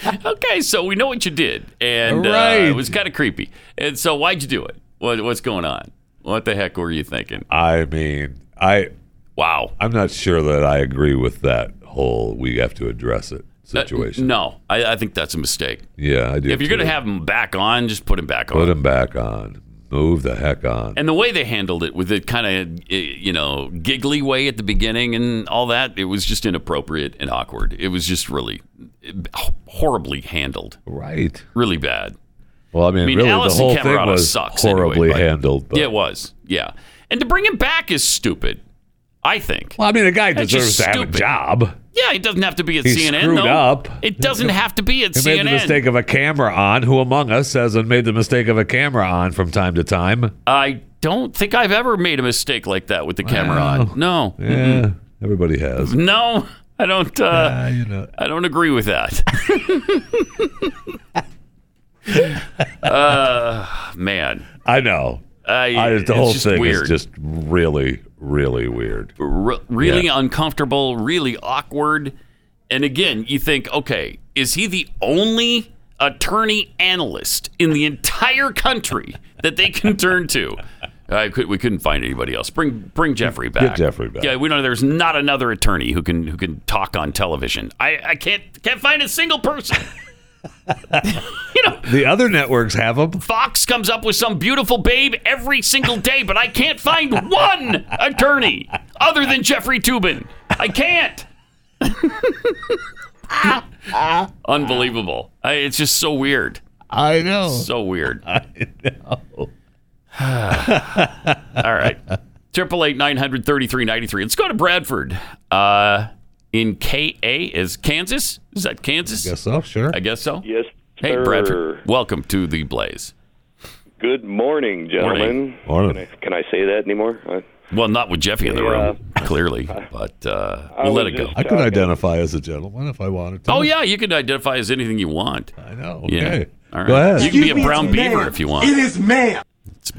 okay, so we know what you did, and uh,
Right.
it was kind of creepy. And so, why'd you do it? What, what's going on? What the heck were you thinking?
I mean, I
Wow.
I'm not sure that I agree with that whole we have to address it situation.
Uh, No, I, I think that's a mistake.
Yeah, I do.
If you're going to
too.
have him back on, just put him back on.
put him back on, move the heck on.
and the way they handled it with the kind of you know giggly way at the beginning and all that, it was just inappropriate and awkward. It was just really eh, horribly handled,
Right.
really bad.
Well, I mean,
I mean,
really,
Allison
the whole
Camerata
thing was
sucks
horribly
anyway, but-
handled. But,
Yeah, it was. Yeah, and to bring him back is stupid. I think.
Well, I mean, the guy
That's
deserves
just
to have a
stupid.
job.
Yeah, it doesn't have to be at
He
CNN.
screwed
though.
up.
It doesn't have to be at
He
CNN.
made the mistake of a camera on. Who among us has made the mistake of a camera on from time to time?
I don't think I've ever made a mistake like that with the camera on. No,
Yeah, everybody has.
no, I don't. Uh,
Uh, you know,
I don't agree with that. uh, man,
I know.
I,
I, the
it's
whole
just
thing
weird.
is just really, really weird.
re- really
Yeah.
uncomfortable, really awkward. And again, you think, okay, is he the only attorney analyst in the entire country that they can turn to? I could, we couldn't find anybody else. Bring bring Jeffrey back.
Jeffrey back.
Yeah, we know there's not another attorney who can who can talk on television. I, I can't can't find a single person. you know,
The other networks have them.
Fox comes up with some beautiful babe every single day, but I can't find one attorney other than Jeffrey Tubin. I can't. Unbelievable. I, it's just so weird.
Uh-huh. I know.
So weird. I know. All right. Triple eight nine hundred thirty three ninety three. Let's go to Bradford. Uh, in KA is Kansas. Is that Kansas?
Guess so, sure.
I guess so.
Yes,
Hey,
sir.
Bradford. Welcome to the Blaze.
Good morning, gentlemen.
Morning.
Can, I, can I say that anymore? I,
Well, not with Jeffy in the
Yeah.
room, clearly, but uh,
I
we'll let
was
it go.
just-
I could identify as a gentleman if I wanted to.
Oh yeah, you can identify as anything you want.
I know.
Yeah.
Okay.
All right.
Go ahead.
You can be a brown beaver if you want. It is man.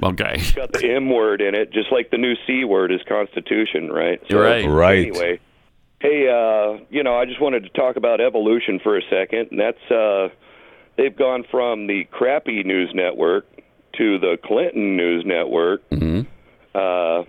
okay.
got the M word in it, just like the new C word is Constitution, right?
You're right.
right.
Anyway, hey, uh, you know, I just wanted to talk about evolution for a second, and that's uh, they've gone from the crappy news network to the Clinton news network
Mm-hmm.
uh,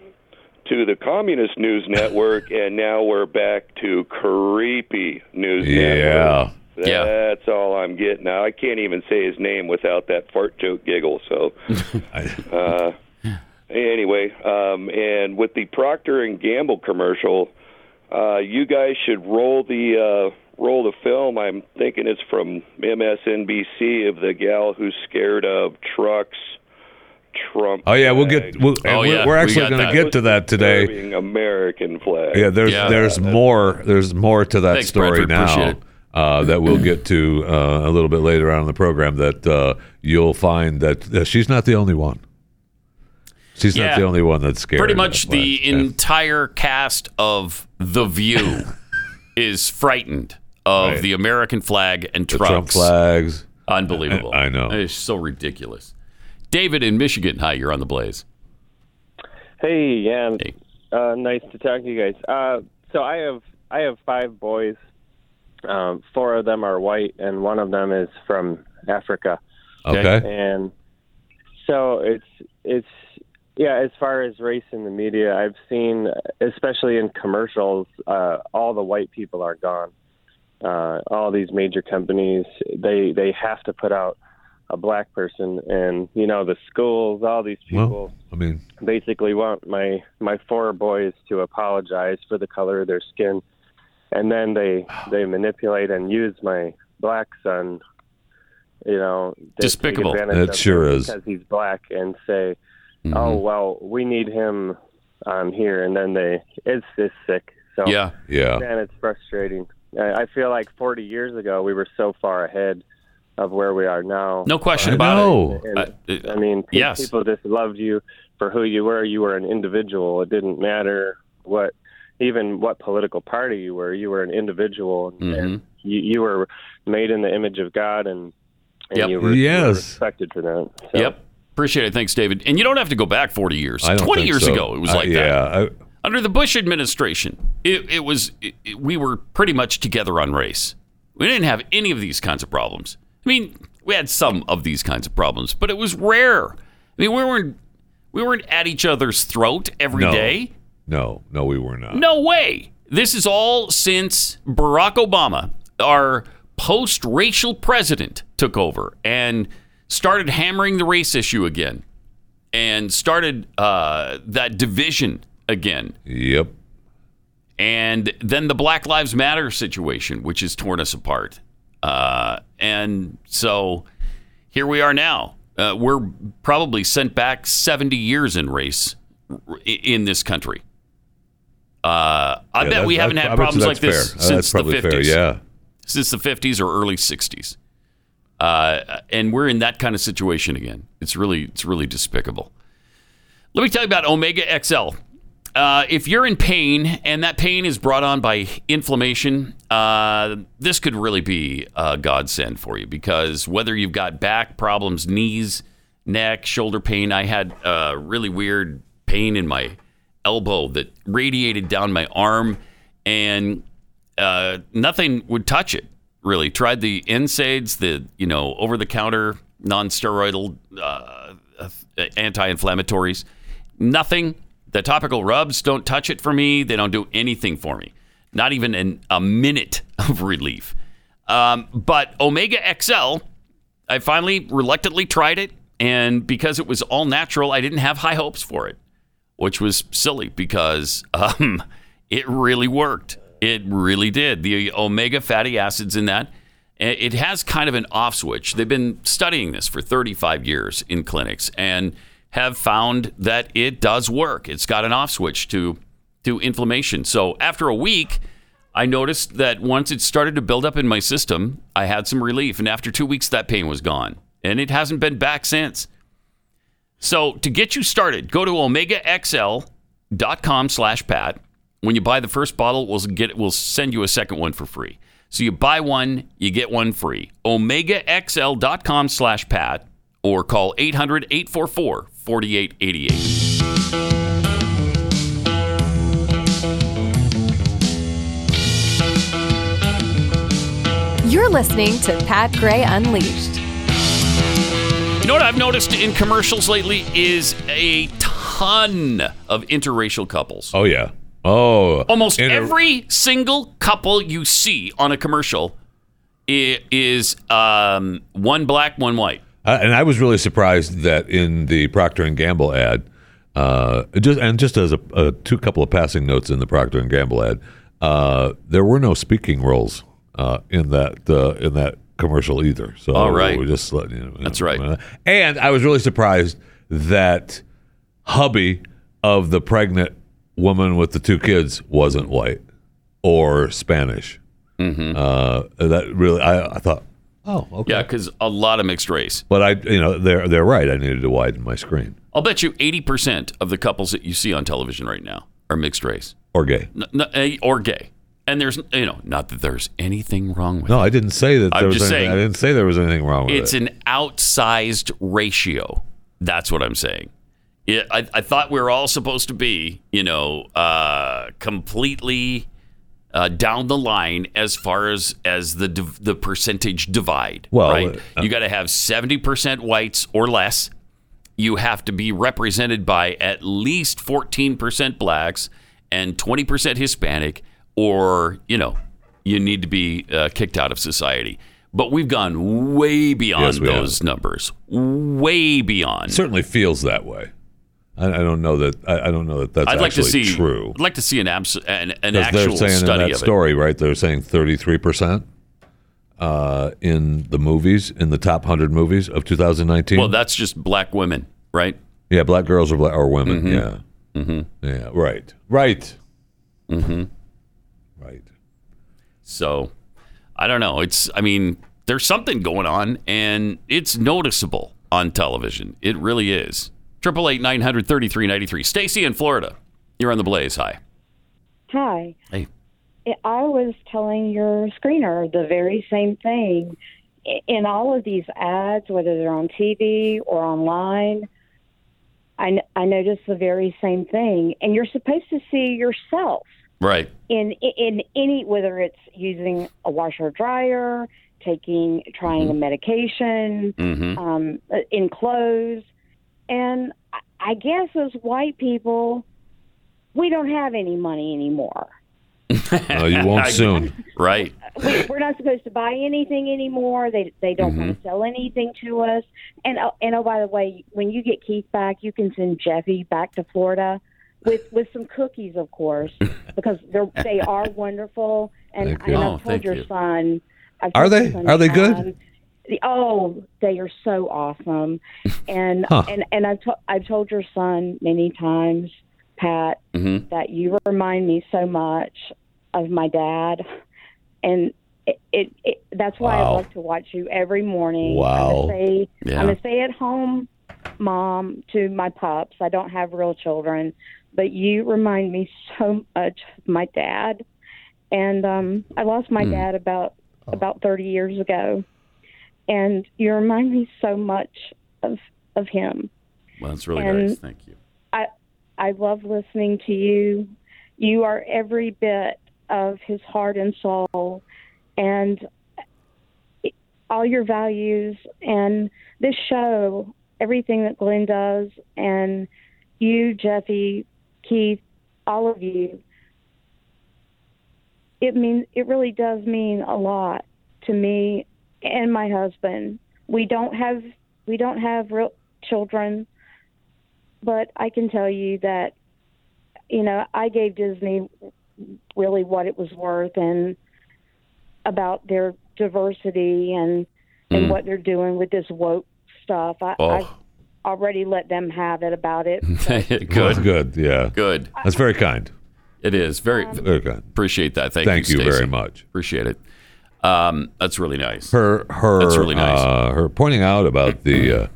to the communist news network, and now we're back to creepy news network.
Yeah.
Yeah.
That's all I'm getting. Now I can't even say his name without that fart joke giggle. So uh,
I-
anyway, um, and with the Procter and Gamble commercial, uh, you guys should roll the uh, roll the film. I'm thinking it's from MSNBC of the gal who's scared of trucks. Trump.
oh yeah, we'll get. We'll, and
Oh,
we're,
yeah,
we're
we
actually
got
going to
that.
get to that today.
Disturbing American flag.
Yeah, there's
Yeah.
there's more there's more to that
Thanks,
story
Bradford. Appreciate
now
it.
uh, that we'll get to uh, a little bit later on in the program. That uh, you'll find that uh, she's not the only one. She's
Yeah.
not the only one that's scared.
Pretty
of
much
that
the
flag. Yeah.
entire cast of The View is frightened of
Right.
the American flag and
The
trucks.
Trump flags.
Unbelievable.
I know.
It's so ridiculous. David in Michigan. Hi, you're on the Blaze.
Hey, yeah,
Hey.
uh, nice to talk to you guys. Uh, so I have I have five boys. Um, four of them are white, and one of them is from Africa.
Okay.
And so it's it's yeah. As far as race in the media, I've seen, especially in commercials, uh, all the white people are gone. Uh, all these major companies, they they have to put out a black person, and you know the schools, all these people
Well, I mean,
basically want my my four boys to apologize for the color of their skin and then they they manipulate and use my black son you know they take
Despicable.
advantage
It
of
sure
him
is. Mm-hmm.
because he's black and say oh well we need him on here and then they it's this sick so
Yeah.
yeah.
man it's frustrating I, I feel like 40 years ago we were so far ahead of where we are now
No question
I
about
know.
and,
it. Uh,
I mean, pe-
yes.
people just loved you for who you were. You were an individual. It didn't matter what, even what political party you were. You were an individual, and,
Mm-hmm.
and you, you were made in the image of God, and, and
Yep.
you, were, you were
Yes.
respected for that. So,
Yep. Appreciate it. Thanks, David. And you don't have to go back 40 years.
I don't
20
think
years
so.
ago, it was
Uh,
like that.
yeah, I-
under the Bush administration, it, it was it, it- we were pretty much together on race. We didn't have any of these kinds of problems. I mean, we had some of these kinds of problems, but it was rare. I mean, we weren't we weren't at each other's throat every day.
No. no, no, we were not.
No way. This is all since Barack Obama, our post racial president, took over and started hammering the race issue again and started uh, that division again
Yep.
and then the Black Lives Matter situation, which has torn us apart. Uh, and so here we are now. Uh, we're probably sent back 70 years in race r- in this country. Uh, I
Yeah,
bet
that-
we
that-
haven't
I
had
bet
problems
that's
like this
fair. Uh,
since
that's
the
probably
50s.
fair. Yeah.
Since the 50s or early 60s. Uh, and we're in that kind of situation again. It's really, it's really despicable. Let me tell you about Omega XL. Uh, if you're in pain and that pain is brought on by inflammation, uh, this could really be a godsend for you because whether you've got back problems, knees, neck, shoulder pain, I had uh, really weird pain in my elbow that radiated down my arm and uh, nothing would touch it really. Tried the NSAIDs, the, you know, over the counter, non steroidal uh, anti inflammatories nothing. The topical rubs don't touch it for me. They don't do anything for me. Not even an, a minute of relief. Um, but Omega XL, I finally reluctantly tried it. And because it was all natural, I didn't have high hopes for it, which was silly because um, it really worked. It really did. The omega fatty acids in that, eh, it has kind of an off switch. They've been studying this for 35 years in clinics and have found that it does work. It's got an off switch to to inflammation. So after a week, I noticed that once it started to build up in my system, I had some relief, and after two weeks, that pain was gone, and it hasn't been back since. So to get you started, go to omegaxl.com slash pat. When you buy the first bottle, we'll get we'll send you a second one for free. So you buy one, you get one free. OmegaXL.com slash Pat or call 800 844 4888.
You're listening to Pat Gray Unleashed.
You know what I've noticed in commercials lately is a ton of interracial couples.
Oh yeah. Oh.
Almost
inter-
every single couple you see on a commercial i- is um, one black, one white.
Uh, and I was really surprised that in the Procter and Gamble ad, uh, just and just as a, a two couple of passing notes in the Procter and Gamble ad, uh, there were no speaking roles uh, in that uh, in that commercial either. So
All right.
we're just letting you know.
That's right.
And I was really surprised that hubby of the pregnant woman with the two kids wasn't white or Spanish.
Mm-hmm.
Uh, that really, I, I thought, Oh, okay.
Yeah, because a lot of mixed race.
but I, you know, they're they're right. I needed to widen my screen.
I'll bet you 80% of the couples that you see on television right now are mixed race
or gay.
N- n- eh, or gay. And there's, you know, not that there's anything wrong with
No, I didn't say that.
I'm
There was
just
anything,
saying-
I didn't say there was anything wrong with
It's
it.
an outsized ratio. That's what I'm saying. Yeah, I, I thought we were all supposed to be, you know, uh, completely uh, down the line as far as as the div- the percentage divide.
Well,
right?
uh,
you got to have seventy percent whites or less. You have to be represented by at least fourteen percent blacks and twenty percent Hispanic, or you know, you need to be uh, kicked out of society. But we've gone way beyond
Yes, we have.
those numbers, way beyond.
It certainly feels that way. I, I don't know that. I, I don't know that that's
I'd like to
actually
see.
true.
I'd like to see an abs- an,
Because
an
they're
actual
saying
study
in that
of it.
story, right? They're saying thirty three percent uh, in the movies in the top hundred movies of 2019.
Well, that's just black women, right?
yeah, black girls or black or women.
Mhm.
Yeah, mm-hmm. yeah, right, right.
Mm-hmm.
Right.
So, I don't know. It's. I mean, there's something going on, and it's noticeable on television. It really is. Triple eight nine hundred thirty three ninety three. Stacy in Florida, you're on the blaze. Hi.
Hi.
Hey.
I I was telling your screener the very same thing. I- In all of these ads, whether they're on TV or online, I, n- I noticed the very same thing. And you're supposed to see yourself
Right.
in in any whether it's using a washer dryer, taking trying a medication,
Mhm.
um, in clothes, and I- I guess as white people, we don't have any money anymore.
No, you won't soon.
Right.
we, we're not supposed to buy anything anymore. They they don't want
Mhm.
to sell anything to us. And oh, and oh by the way, when you get Keith back, you can send Jeffy back to Florida with with some cookies, of course, because they're they are wonderful. And,
Thank
and
you.
I've
Oh,
told
thank
your
you.
son. I've
Are
told your
they?
son,
Are they good?
um, the- oh, they are so awesome. And
Huh.
and and I've to, I've told your son many times, Pat,
Mm-hmm.
Mhm.
that you remind me so much of my dad, and it, it, it that's why
Wow.
I love to watch you every morning.
Wow.
I'm a stay,
Yeah.
I'm a stay at home mom to my pups. I don't have real children, but you remind me so much of my dad. And um, I lost my
Mm.
Hmm.
dad about
Oh.
about 30 years ago, and you remind me so much of of him.
Well, that's really
And-
nice. Thank you.
I I love listening to you. You are every bit of his heart and soul, and all your values and this show, everything that Glenn does, and you, Jeffy, Keith, all of you. It means it really does mean a lot to me and my husband. We don't have we don't have real children but I can tell you that you know I gave Disney really what it was worth and about their diversity and and
Mm.
what they're doing with this woke stuff. I,
Oh.
I already let them have it about it.
good.
good. Yeah.
Good.
That's very kind.
It is very.
Very kind.
Appreciate that. Thank,
Thank
you.
you very
Stacey.
much.
Appreciate it. Um, that's really nice.
Her her
That's really nice.
uh, her pointing out about the uh,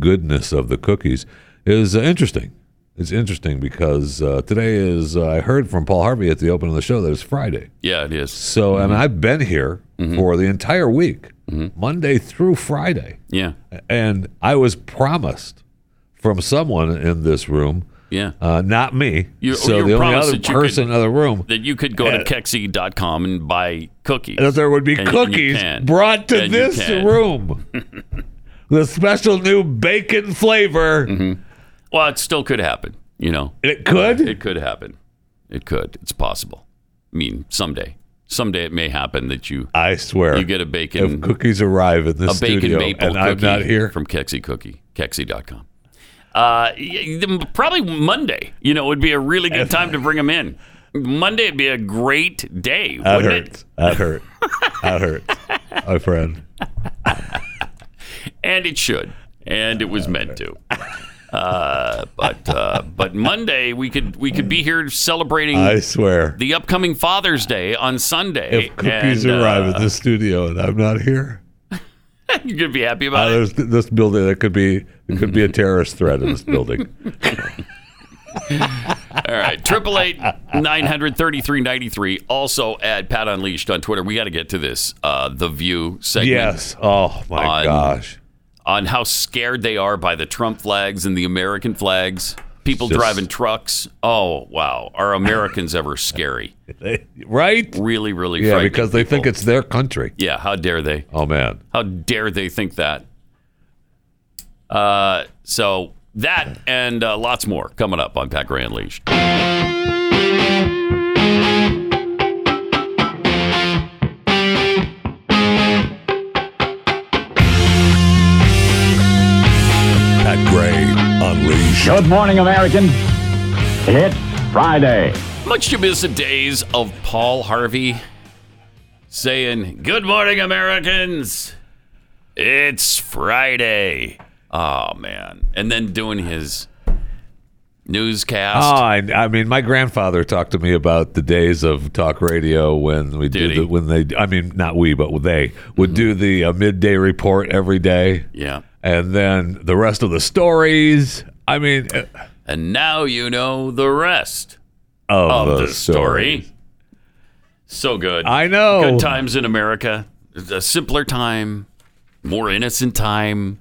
goodness of the cookies is uh, interesting. It's interesting because uh, today is uh, I heard from Paul Harvey at the opening of the show that it's Friday.
yeah, it is. Mm-hmm.
So and I've been here for the entire week, Monday through Friday.
Yeah.
and I was promised from someone in this room.
Yeah.
Uh, not me.
You,
so
you were
the only
promised
other
that you could-
person in the room
that you could go
Uh,
to Kexi.com and buy cookies.
that there would be
And- and you
cookies
can.
brought to
And you
this
can.
room. the special new bacon flavor.
Mm-hmm. Well, it still could happen. You know,
it could.
It could happen. It could. It's possible. I mean, someday, someday it may happen that you
I swear.
you get a
if
bacon
cookies arrive in this
a bacon
studio
maple
and
cookie
I'm not here,
from Kexi Cookie, Kexi.com. Uh, y- y- probably Monday. You know, would be a really good time to bring them in. Monday would be a great day,
that
wouldn't it?
hurts. That hurt. That hurt. My friend.
and it should, and it was meant to. Uh, but uh, but Monday we could we could be here celebrating
I swear.
the upcoming Father's Day on Sunday.
If cookies
and, uh,
arrive in this studio and I'm not here,
you're gonna be happy about Mm-hmm.
uh, there's th- this building that could be it could be a terrorist threat in this building.
it. All right, triple eight nine hundred thirty three ninety three. Also at Pat Unleashed on Twitter. We got to get to this uh, the View segment.
yes. Oh my
on-
gosh.
on how scared they are by the Trump flags and the American flags. People
Just-
driving trucks. Oh wow, are Americans ever scary?
right?
Really, really.
Yeah,
frightening
because they think
people.
it's their country.
Yeah, how dare they?
Oh man.
How dare they think that? Uh, so that and uh, lots more coming up on Pat Gray Unleashed.
Pat Gray Unleashed.
Good morning, Americans. It's Friday.
Much to miss the days of Paul Harvey saying, Good morning, Americans. It's Friday. Oh, man. And then doing his newscast.
Oh, I, I mean, my grandfather talked to me about the days of talk radio when we
Did
did
he? Mm-hmm.
the, when they I mean not we but they would do the uh, midday report every day,
yeah.
and then the rest of the stories. I mean, uh,
And now you know the rest
of,
of the story. So good.
I know.
Good times in America. A simpler time, more innocent time.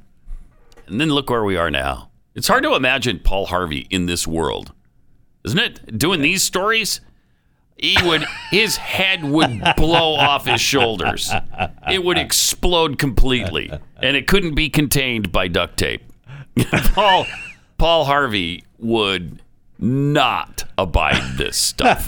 And then look where we are now. It's hard to imagine Paul Harvey in this world, isn't it? Doing these stories, he would his head would blow off his shoulders. It would explode completely, and it couldn't be contained by duct tape. Paul Paul Harvey would not abide this stuff.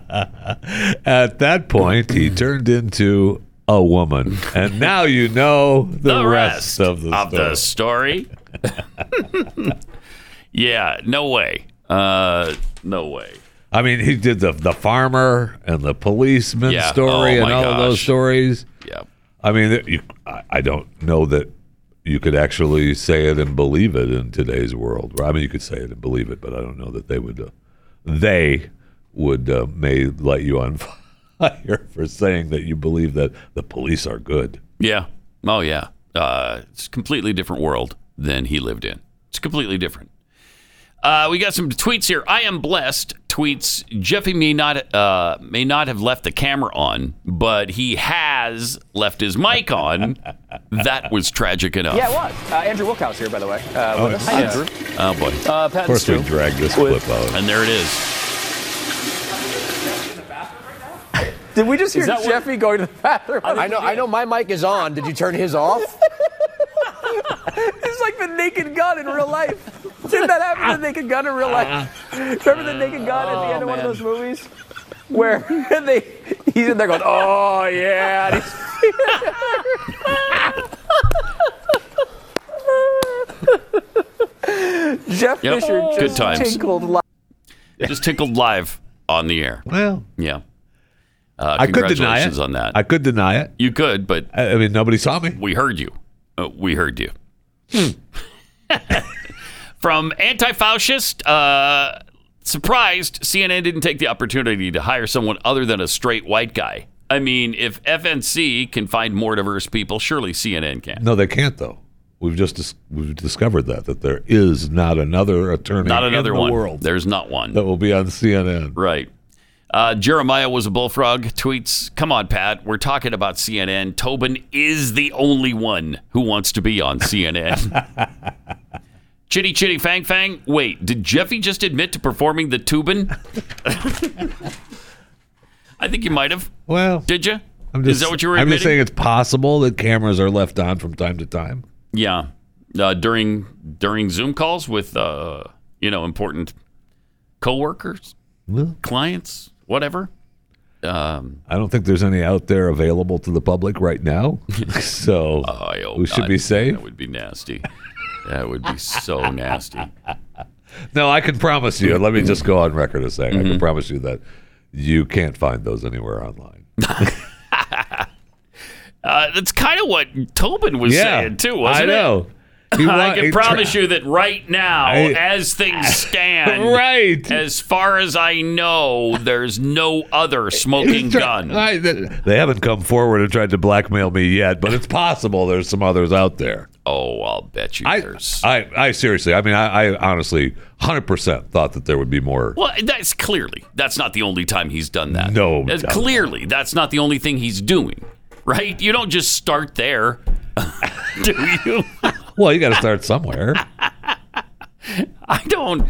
At that point, he turned into a woman, and now you know the,
the
rest, of the
of
story.
the story. yeah, no way. Uh, no way.
I mean, he did the the farmer and the policeman
Yeah.
story and
Oh, my
all of those
gosh.
stories.
Yeah.
I mean, that you, I, I don't know that you could actually say it and believe it in today's world. I mean, you could say it and believe it, but I don't know that they would. Uh, they would uh, may let you on fire for saying that you believe that the police are good.
Yeah. Oh, yeah. Uh, it's a completely different world than he lived in. It's completely different. Uh, we got some tweets here. I am blessed. Tweets. Jeffy may not uh, may not have left the camera on, but he has left his mic on. that was tragic enough.
Yeah, it was. Uh, Andrew Wilkow's here, by the way. Uh,
Oh,
with us.
yeah.
Hi, Andrew.
Oh boy.
Uh, Pat
Of course, we drag this clip out.
And there it is.
Did we just
hear
Jeffy going to the bathroom?
I know. I know. My mic is on. Did you turn his off?
It's like the Naked Gun in real life. Didn't that happen to the Naked Gun in real life? Remember the Naked Gun at the end of one of those movies where they he's in there going, "Oh yeah." and he's- Jeff
Yep.
Fisher just
Good times.
tinkled li-
Just tickled live on the air.
Well,
Yeah. Uh,
I could deny
congratulations
it.
on that.
I could deny it.
you could, but Oh,
I, I mean, nobody saw me.
we heard you. Uh, we heard you. From anti fascist, uh, surprised CNN didn't take the opportunity to hire someone other than a straight white guy. I mean, if FNC can find more diverse people, surely CNN can.
No, they can't though. We've just dis- we've discovered that that there is not another attorney
Not another
in the
one.
world
There's not one
that will be on CNN.
Right. Uh, Jeremiah was a bullfrog tweets, Come on, Pat. We're talking about CNN. Tobin is the only one who wants to be on CNN. Chitty Chitty Fang Fang. Wait, did Jeffy just admit to performing the Tubin? I think you might have.
Well,
did you?
I'm just,
is that what you were
I'm
admitting?
just saying it's possible that cameras are left on from time to time.
Yeah, uh, during during Zoom calls with uh, you know important coworkers, clients, whatever. Um,
I don't think there's any out there available to the public right now, so we should
Oh, God,
be safe.
That would be nasty. that would be so nasty.
No, I can promise you. Let me just go on record as saying I
Mm-hmm.
can promise you that you can't find those anywhere online.
Uh, that's kind of what Tobin was
Yeah,
saying too, wasn't
I know.
it?
He
I
wa-
can
he
promise you that right now,
I-
as things stand,
Right.
As far as I know, there's no other smoking gun.
I- they haven't come forward and tried to blackmail me yet, but it's possible there's some others out there.
Oh, I'll bet you
I,
there's.
I, I seriously, I mean, I, I honestly, hundred percent thought that there would be more.
Well, that's clearly that's not the only time he's done that.
No,
That's
no.
clearly that's not the only thing he's doing. Right? You don't just start there, do you?
Well, you got to start somewhere.
I don't.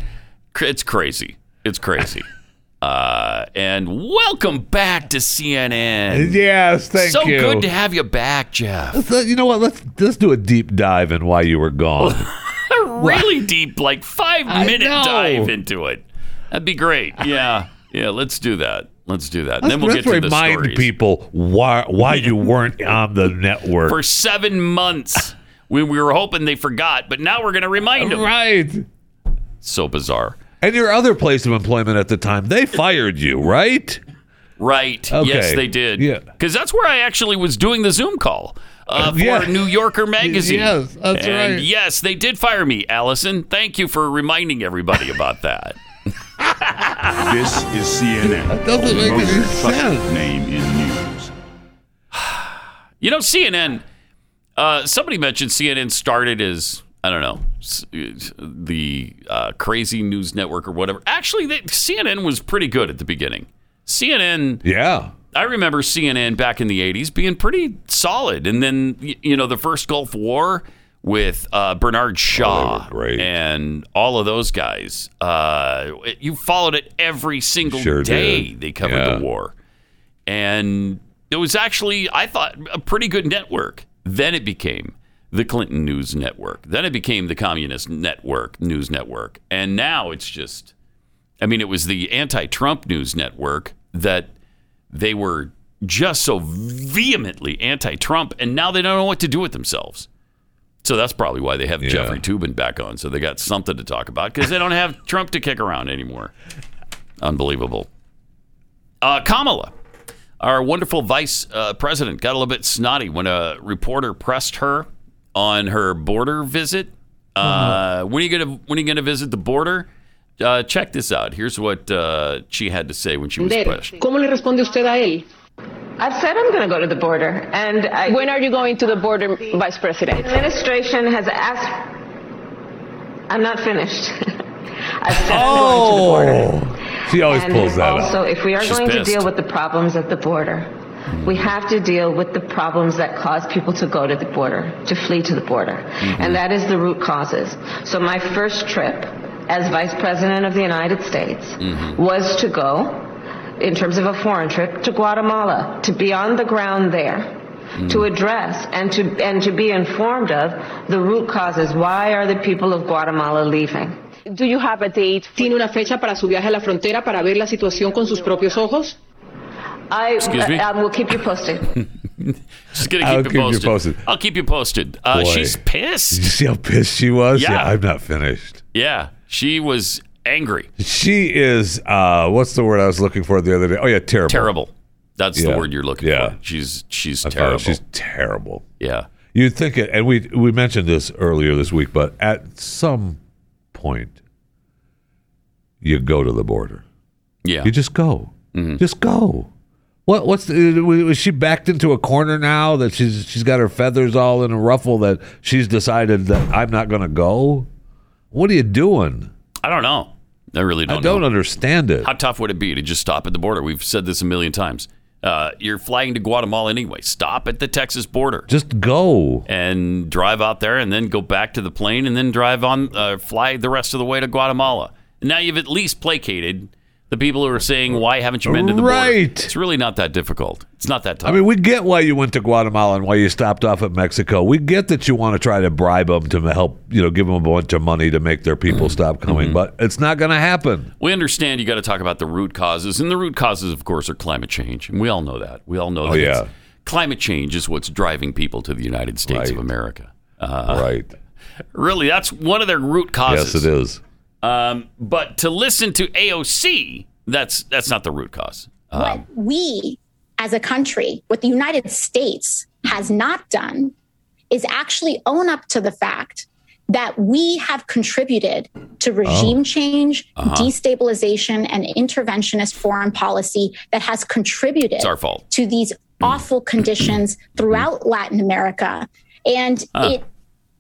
It's crazy. It's crazy. Uh, and welcome back to CNN.
Yes, thank
so
you.
So good to have you back, Jeff.
Let's- you know what? Let's let's do a deep dive in why you were gone.
A really deep, like five
I
minute
know.
dive into it. That'd be great. Yeah, yeah. Let's do that. Let's do that. And
Let's,
Uh, then we'll
let's
get to the
remind
stories.
people why why you weren't on the network.
for seven months when we were hoping they forgot, but now we're going to remind them.
Right.
So bizarre.
and your other place of employment at the time, they fired you, right?
Right. Yes,
Okay.
they did.
Yeah.
Because that's where I actually was doing the Zoom call uh, for
Yeah.
New Yorker Magazine.
Yes, that's
and
right.
Yes, they did fire me, Allison. Thank you for reminding everybody about that.
This is CNN. That
doesn't make
Most
any
trusted
sense.
Name in news.
You know, CNN. Uh, somebody mentioned CNN started as I don't know s- it's the uh, crazy news network or whatever. Actually, that CNN was pretty good at the beginning. CNN.
Yeah.
I remember CNN back in the '80s being pretty solid, and then y- you know the first Gulf War with uh, Bernard
Oh,
Shaw and all of those guys. Uh, it- you followed it every single
Sure
day.
did.
They covered
Yeah.
the war and it was actually I thought a pretty good network. Then it became the Clinton News Network. Then it became the Communist Network News Network, and now it's just I mean it was the anti-Trump News Network that they were just so vehemently anti-Trump, and now they don't know what to do with themselves. So that's probably why they have Jeffrey Tubin back on, so they got something to talk about because they don't have Trump to kick around anymore. Unbelievable. Uh, Kamala, our wonderful vice uh, president, got a little bit snotty when a reporter pressed her on her border visit. Uh,
Mm-hmm.
When are you gonna When are you gonna visit the border? Uh, check this out. Here's what uh, she had to say when she was pressed.
¿Cómo le responde usted a él? I've said I'm going to go to the border. And when are you going to the border, Vice President? The administration has asked. I'm not finished. I've said
Oh,
I'm going to the border.
She always
and
pulls that
also,
up.
if we are
She's
going
pissed. Hmm.
to deal with the problems at the border, we have to deal with the problems that cause people to go to the border, to flee to the border.
Mm-hmm.
And that is the root causes. So my first trip as Vice President of the United States
Mm-hmm.
was to go, in terms of a foreign trip, to Guatemala, to be on the ground there. To
Mm.
address and to and to be informed of the root causes. Why are the people of Guatemala leaving?
Do you have a date? ¿Tiene una fecha para su viaje a la frontera para ver la situación con sus propios ojos?
I
Excuse me?
uh, um, will keep you posted.
She's gonna
I'll
keep,
keep you
you, posted.
posted.
I'll keep you posted. Uh,
Boy.
she's
Did
pissed.
you see how pissed she was?
Yeah.
I'm not finished.
Yeah, she was angry.
She is. Uh, what's the word I was looking for the other day? Oh yeah, terrible.
Terrible. That's
Yeah.
the word you're looking
Yeah.
for. She's she's
I thought
terrible.
She's terrible.
Yeah.
You'd think it, and we we mentioned this earlier this week, but at some point, you go to the border.
Yeah, Mm-hmm.
you just go, just go. What what's the, was she backed into a corner now that she's she's got her feathers all in a ruffle that she's decided that I'm not going to go? What are you doing?
I don't know. I really don't.
I don't understand it.
How tough would it be to just stop at the border? We've said this a million times. Uh, you're flying to Guatemala anyway. Stop at the Texas border
Just go.
and drive out there, and then go back to the plane, and then drive on, uh, fly the rest of the way to Guatemala. Now you've at least placated the people who are saying, "Why haven't you been to the border?"
Right.
It's really not that difficult. It's not that tough.
I mean, we get why you went to Guatemala and why you stopped off at Mexico. We get that you want to try to bribe them to help, you know, give them a bunch of money to make their people
Mm-hmm.
stop coming, but it's not going to happen.
We understand you got to talk about the root causes, and the root causes, of course, are climate change, and we all know that. We all know that.
Oh,
it's-
yeah.
climate change is what's driving people to the United States of America. Uh,
right.
Really, that's one of their root causes.
Yes, it is.
Um, but to listen to AOC, that's that's not the root cause. Um,
we as a country, what the United States has not done is actually own up to the fact that we have contributed to regime change,
Oh. Uh-huh.
destabilization, and interventionist foreign policy that has contributed
It's our fault. Mm.
to these awful conditions throughout Latin America. And
Huh.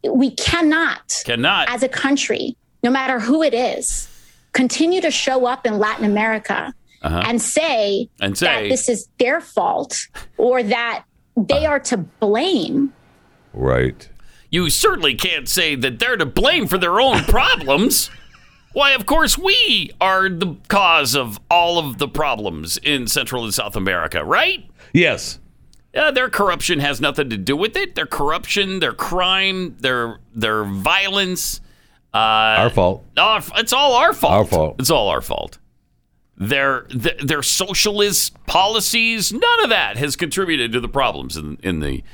it we cannot
Cannot.
as a country, no matter who it is, continue to show up in Latin America
Uh-huh.
and say
And say-
that this is their fault or that they are to blame.
Right.
You certainly can't say that they're to blame for their own problems. Why, of course, we are the cause of all of the problems in Central and South America, right?
Yes.
Yeah, their corruption has nothing to do with it. Their corruption, their crime, their their violence. Uh, our
fault.
it's all our fault.
Our fault.
It's all our fault. Their th- their socialist policies, none of that has contributed to the problems in in the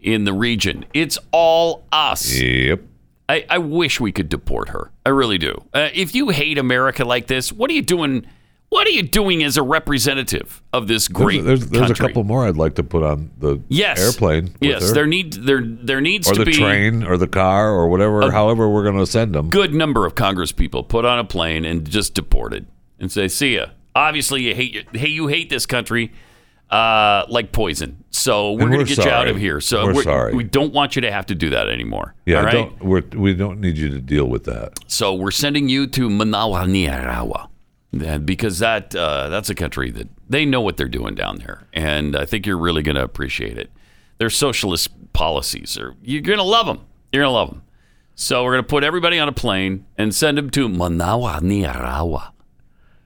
in the region. It's all us.
Yep.
I, I wish we could deport her. I really do. Uh, if you hate America like this, what are you doing? What are you doing as a representative of this great
There's, there's, there's a
country?
couple more I'd like to put on the
Yes.
airplane. with
Yes,
her.
there need there there needs
or
to
the
be
train or the car or whatever, however we're going to send them.
good number of Congress people put on a plane and just deported and say, "See ya." Obviously, you hate your- hey you hate this country uh, like poison. So we're
And
going
we're
to get you out
sorry.
of here. So
We're sorry.
we don't want you to have to do that anymore.
Yeah,
all right?
don't, we're, we don't need you to deal with that.
So we're sending you to Manawa, Nicaragua, uh, because that uh, that's a country that they know what they're doing down there, and I think you're really going to appreciate it. Their socialist policies are you're going to love them. You're going to love them. So we're going to put everybody on a plane and send them to Manawa, Nicaragua.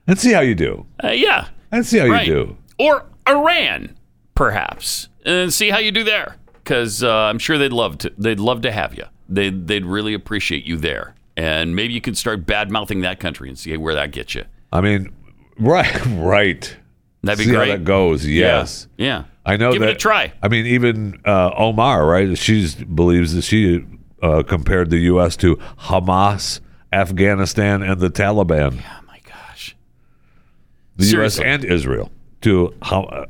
Let's see how you do.
Uh, yeah,
Let's see how
Right.
you do.
or Iran, perhaps, and see how you do there. Because uh, I'm sure they'd love to. They'd love to have you. They they'd really appreciate you there. And maybe you can start bad mouthing that country and see where that gets you.
I mean, right, right.
That'd be
See
great.
How that goes.
Yeah.
Yes.
Yeah.
I know
Give
that.
it a try.
I mean, even uh, Omar, right? She believes that she uh, compared the U.S. to Hamas, Afghanistan, and the Taliban. Yeah, my gosh. The
Seriously.
U.S. and Israel to ha- uh,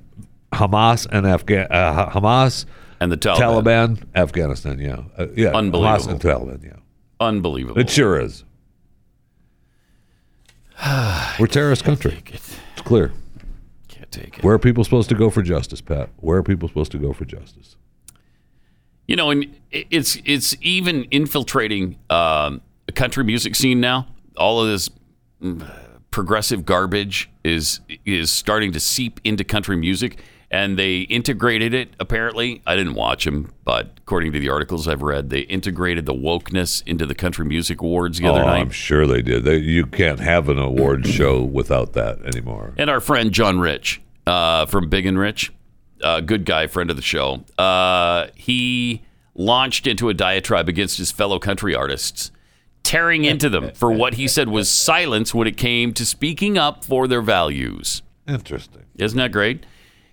Hamas and Afghan uh, Ha- Hamas
and the Taliban.
Taliban, Afghanistan. Yeah, uh, yeah. Hamas
Unbelievable.
and Taliban. Yeah.
Unbelievable.
It sure is. We're a terrorist country. It's clear.
Can't take it.
Where are people supposed to go for justice, Pat? Where are people supposed to go for justice?
You know, and it- it's it's even infiltrating um, the country music scene now. All of this mm, progressive garbage is is starting to seep into country music, and they integrated it. Apparently, I didn't watch them, but according to the articles I've read, they integrated the wokeness into the country music awards the other
oh,
night.
I'm sure they did. They, you can't have an award show without that anymore.
And our friend John Rich uh, from Big and Rich, uh, good guy, friend of the show. Uh, he launched into a diatribe against his fellow country artists, tearing into them for what he said was silence when it came to speaking up for their values.
Interesting.
Isn't that great?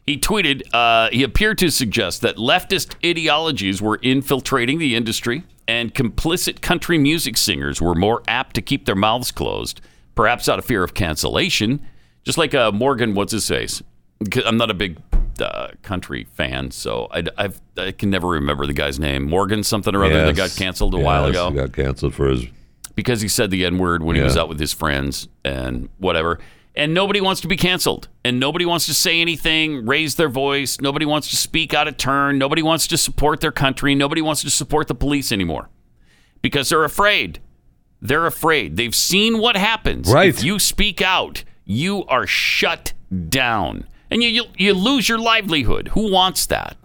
He tweeted, uh, he appeared to suggest that leftist ideologies were infiltrating the industry and complicit country music singers were more apt to keep their mouths closed, perhaps out of fear of cancellation, just like uh, Morgan, what's his face? 'Cause I'm not a big uh, country fan, so I, I've, I can never remember the guy's name. Morgan something or other that got
Yes.
canceled a while
Yes,
ago
He got canceled for his.
because he said the N word when he was
Yeah.
out with his friends and whatever. And nobody wants to be canceled. And nobody wants to say anything, raise their voice. Nobody wants to speak out of turn. Nobody wants to support their country. Nobody wants to support the police anymore because they're afraid. They're afraid. They've seen what happens.
Right.
If you speak out, you are shut down and you, you, you lose your livelihood. Who wants that?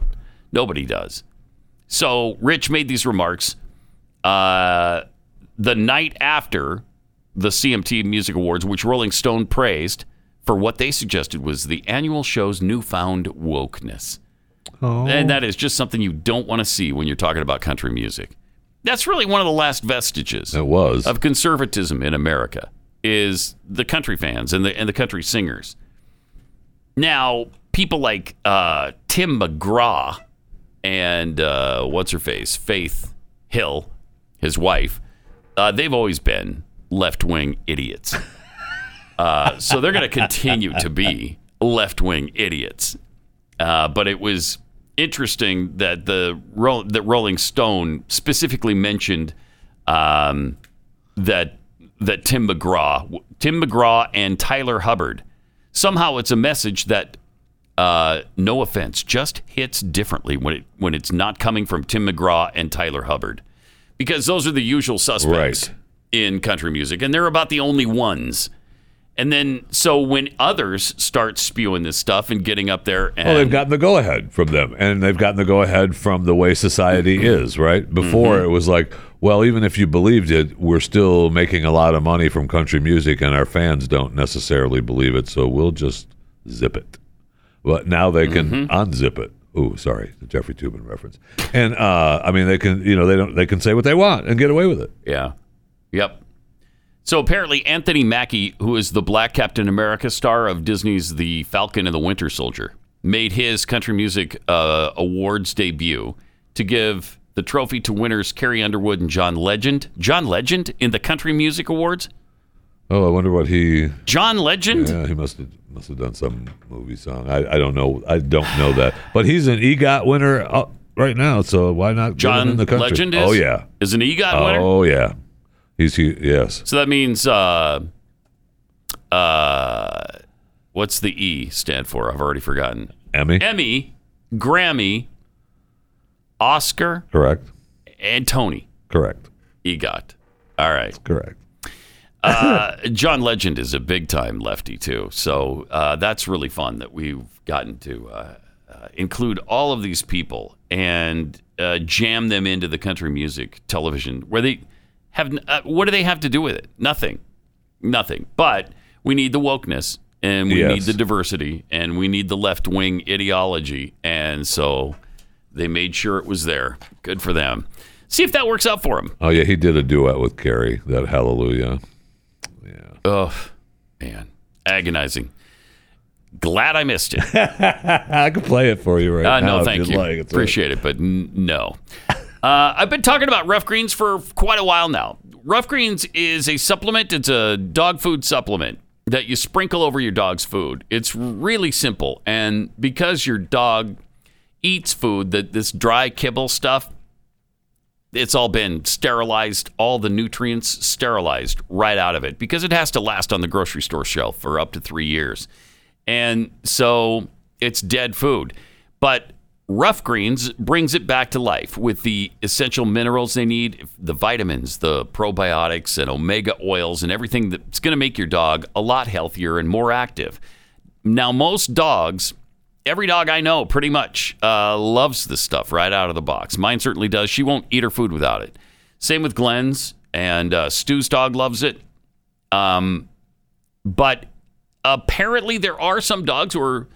Nobody does. So Rich made these remarks uh, the night after the CMT Music Awards, which Rolling Stone praised for what they suggested was the annual show's newfound wokeness.
Oh.
And that is just something you don't want to see when you're talking about country music. That's really one of the last vestiges
It was.
of conservatism in America is the country fans and the and the country singers. Now, people like uh, Tim McGraw and uh, what's her face, Faith Hill, his wife, uh, they've always been left wing idiots. Uh, so they're going to continue to be left wing idiots. Uh, but it was interesting that the Ro- that Rolling Stone specifically mentioned um, that that Tim McGraw, Tim McGraw, and Tyler Hubbard. Somehow, it's a message that uh, no offense just hits differently when it when it's not coming from Tim McGraw and Tyler Hubbard, because those are the usual suspects in country music, and they're about the only ones. And then, so when others start spewing this stuff and getting up there, and
Well, they've gotten the go ahead from them, and they've gotten the go ahead from the way society is, right? Before
Mhm.
it was like, well, even if you believed it, we're still making a lot of money from country music, and our fans don't necessarily believe it, so we'll just zip it. But now they can unzip it. Ooh, sorry, the Jeffrey Tubin reference. And uh, I mean, they can, you know, they don't, they can say what they want and get away with it.
Yeah. Yep. So apparently, Anthony Mackie, who is the black Captain America star of Disney's The Falcon and the Winter Soldier, made his country music uh, awards debut to give the trophy to winners Carrie Underwood and John Legend. John Legend in the Country Music Awards?
Oh, I wonder what he
John Legend?
Yeah, he must have must have done some movie song. I, I don't know. I don't know that. But he's an EGOT winner uh, right now, so why not get him
John
in the country?
Legend is?
oh yeah,
Is an EGOT winner?
oh yeah, he's he, yes.
So that means uh, uh, what's the E stand for? I've already forgotten.
Emmy?
Emmy, Grammy, Oscar,
Correct,
and Tony.
correct,
EGOT. All right.
correct.
Uh, John Legend is a big time lefty too, so uh, that's really fun that we've gotten to uh, uh, include all of these people and uh, jam them into the country music television where they have n- uh, what do they have to do with it? Nothing, nothing. But we need the wokeness and we
Yes.
need the diversity and we need the left wing ideology, and so they made sure it was there. Good for them. See if that works out for them.
Oh yeah, he did a duet with Carrie. That Hallelujah.
Oh, man. Agonizing. Glad I missed it.
I could play it for you right
uh,
now.
no,
if
thank
you'd
you.
like. It's a-
Appreciate it, but n- no. Uh, I've been talking about Rough Greens for quite a while now. Rough Greens is a supplement, it's a dog food supplement that you sprinkle over your dog's food. It's really simple. And because your dog eats food, that this dry kibble stuff, it's all been sterilized, all the nutrients sterilized right out of it because it has to last on the grocery store shelf for up to three years. And so it's dead food. But Rough Greens brings it back to life with the essential minerals they need, the vitamins, the probiotics, and omega oils, and everything that's going to make your dog a lot healthier and more active. Now, most dogs, every dog I know pretty much uh, loves this stuff right out of the box. Mine certainly does. She won't eat her food without it. Same with Glenn's, and uh, Stu's dog loves it. Um, but apparently, there are some dogs who are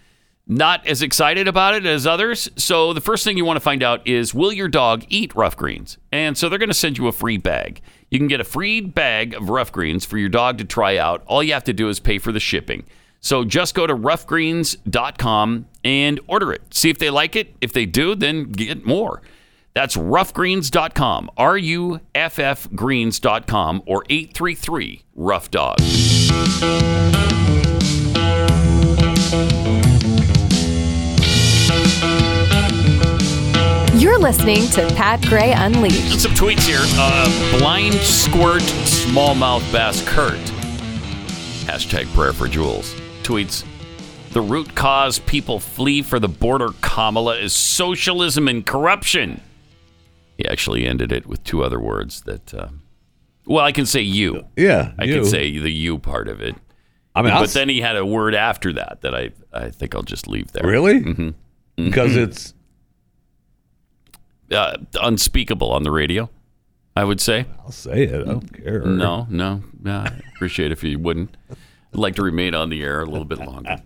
not as excited about it as others. So, the first thing you want to find out is will your dog eat rough greens? And so, they're going to send you a free bag. You can get a free bag of rough greens for your dog to try out. All you have to do is pay for the shipping. So, just go to roughgreens.com and order it. See if they like it. If they do, then get more. That's roughgreens.com, R U F F greens.com, or 833 Rough Dog.
You're listening to Pat Gray Unleashed.
Some tweets here. Uh, blind squirt smallmouth bass Kurt. Hashtag prayer for Jules. Tweets. The root cause people flee for the border, Kamala, is socialism and corruption. He actually ended it with two other words that, uh, well, I can say you.
Yeah,
I
you.
can say the you part of it.
I mean,
but
I'll s-
then he had a word after that that I, I think I'll just leave there.
Really?
Mm-hmm.
Because it's
uh, unspeakable on the radio. I would say. I'll
say it. I don't care.
No, no, no. I appreciate if you wouldn't. I'd like to remain on the air a little bit longer.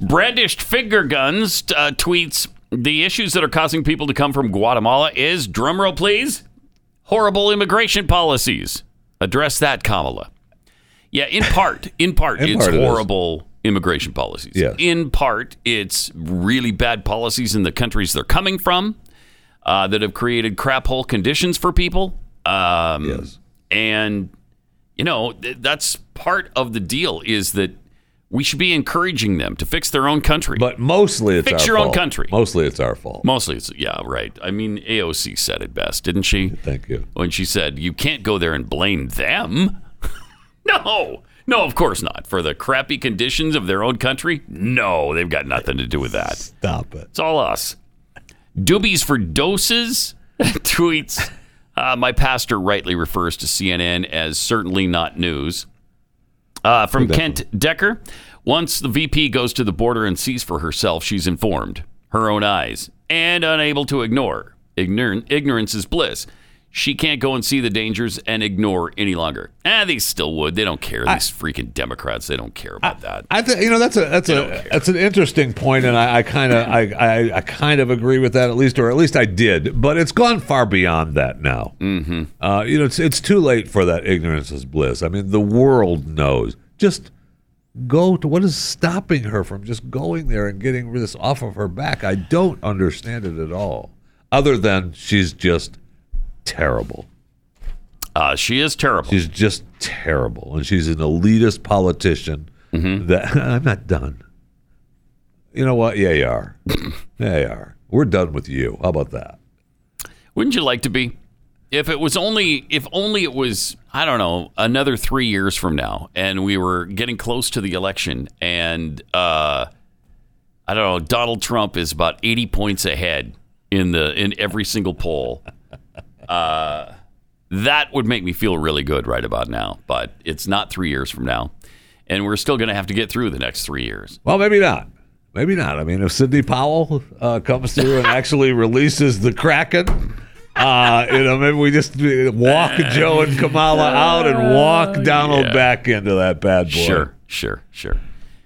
Brandished finger guns uh, tweets the issues that are causing people to come from Guatemala is drumroll please horrible immigration policies. Address that, Kamala. Yeah, in part, in part,
In
it's
part it is.
horrible immigration policies.
Yes.
In part, it's really bad policies in the countries they're coming from uh, that have created crap hole conditions for people. Um, yes. And, you know, th- that's part of the deal is that we should be encouraging them to fix their own country.
But mostly it's
Fix
our
your own
fault.
country.
Mostly it's our fault.
Mostly it's, yeah, right. I mean, AOC said it best, didn't she?
Thank you.
When she said, you can't go there and blame them. no, no, of course not. For the crappy conditions of their own country? No, they've got nothing to do with that.
Stop it.
It's all us. Doobies for doses tweets. Uh, my pastor rightly refers to CNN as certainly not news. Uh, from Kent Decker. Once the VP goes to the border and sees for herself, she's informed, her own eyes, and unable to ignore. Ignorant, ignorance is bliss. She can't go and see the dangers and ignore any longer. Ah, they still would. They don't care. These freaking Democrats, they don't care about that.
I think you know that's a that's a that's an interesting point, and I kind of I, I, I kind of agree with that at least, or at least I did. But it's gone far beyond that now. Mm-hmm. Uh, you know, it's it's too late for that. Ignorance is bliss. I mean, the world knows. Just go to what is stopping her from just going there and getting this off of her back? I don't understand it at all. Other than she's just terrible.
Uh, she is terrible.
She's just terrible, and she's an elitist politician.
Mm-hmm.
That I'm not done. You know what? Yeah, you are. yeah, you are. We're done with you. How about that?
Wouldn't you like to be? If it was only, if only it was, I don't know, another three years from now, and we were getting close to the election, and uh, I don't know, Donald Trump is about eighty points ahead in the in every single poll. Uh, that would make me feel really good right about now, but it's not three years from now, and we're still going to have to get through the next three years.
Well, maybe not. Maybe not. I mean, if Sidney Powell uh, comes through and actually releases the Kraken, uh, you know, maybe we just walk Joe and Kamala out and walk Donald
Oh, Yeah.
back into that bad boy.
Sure, sure, sure.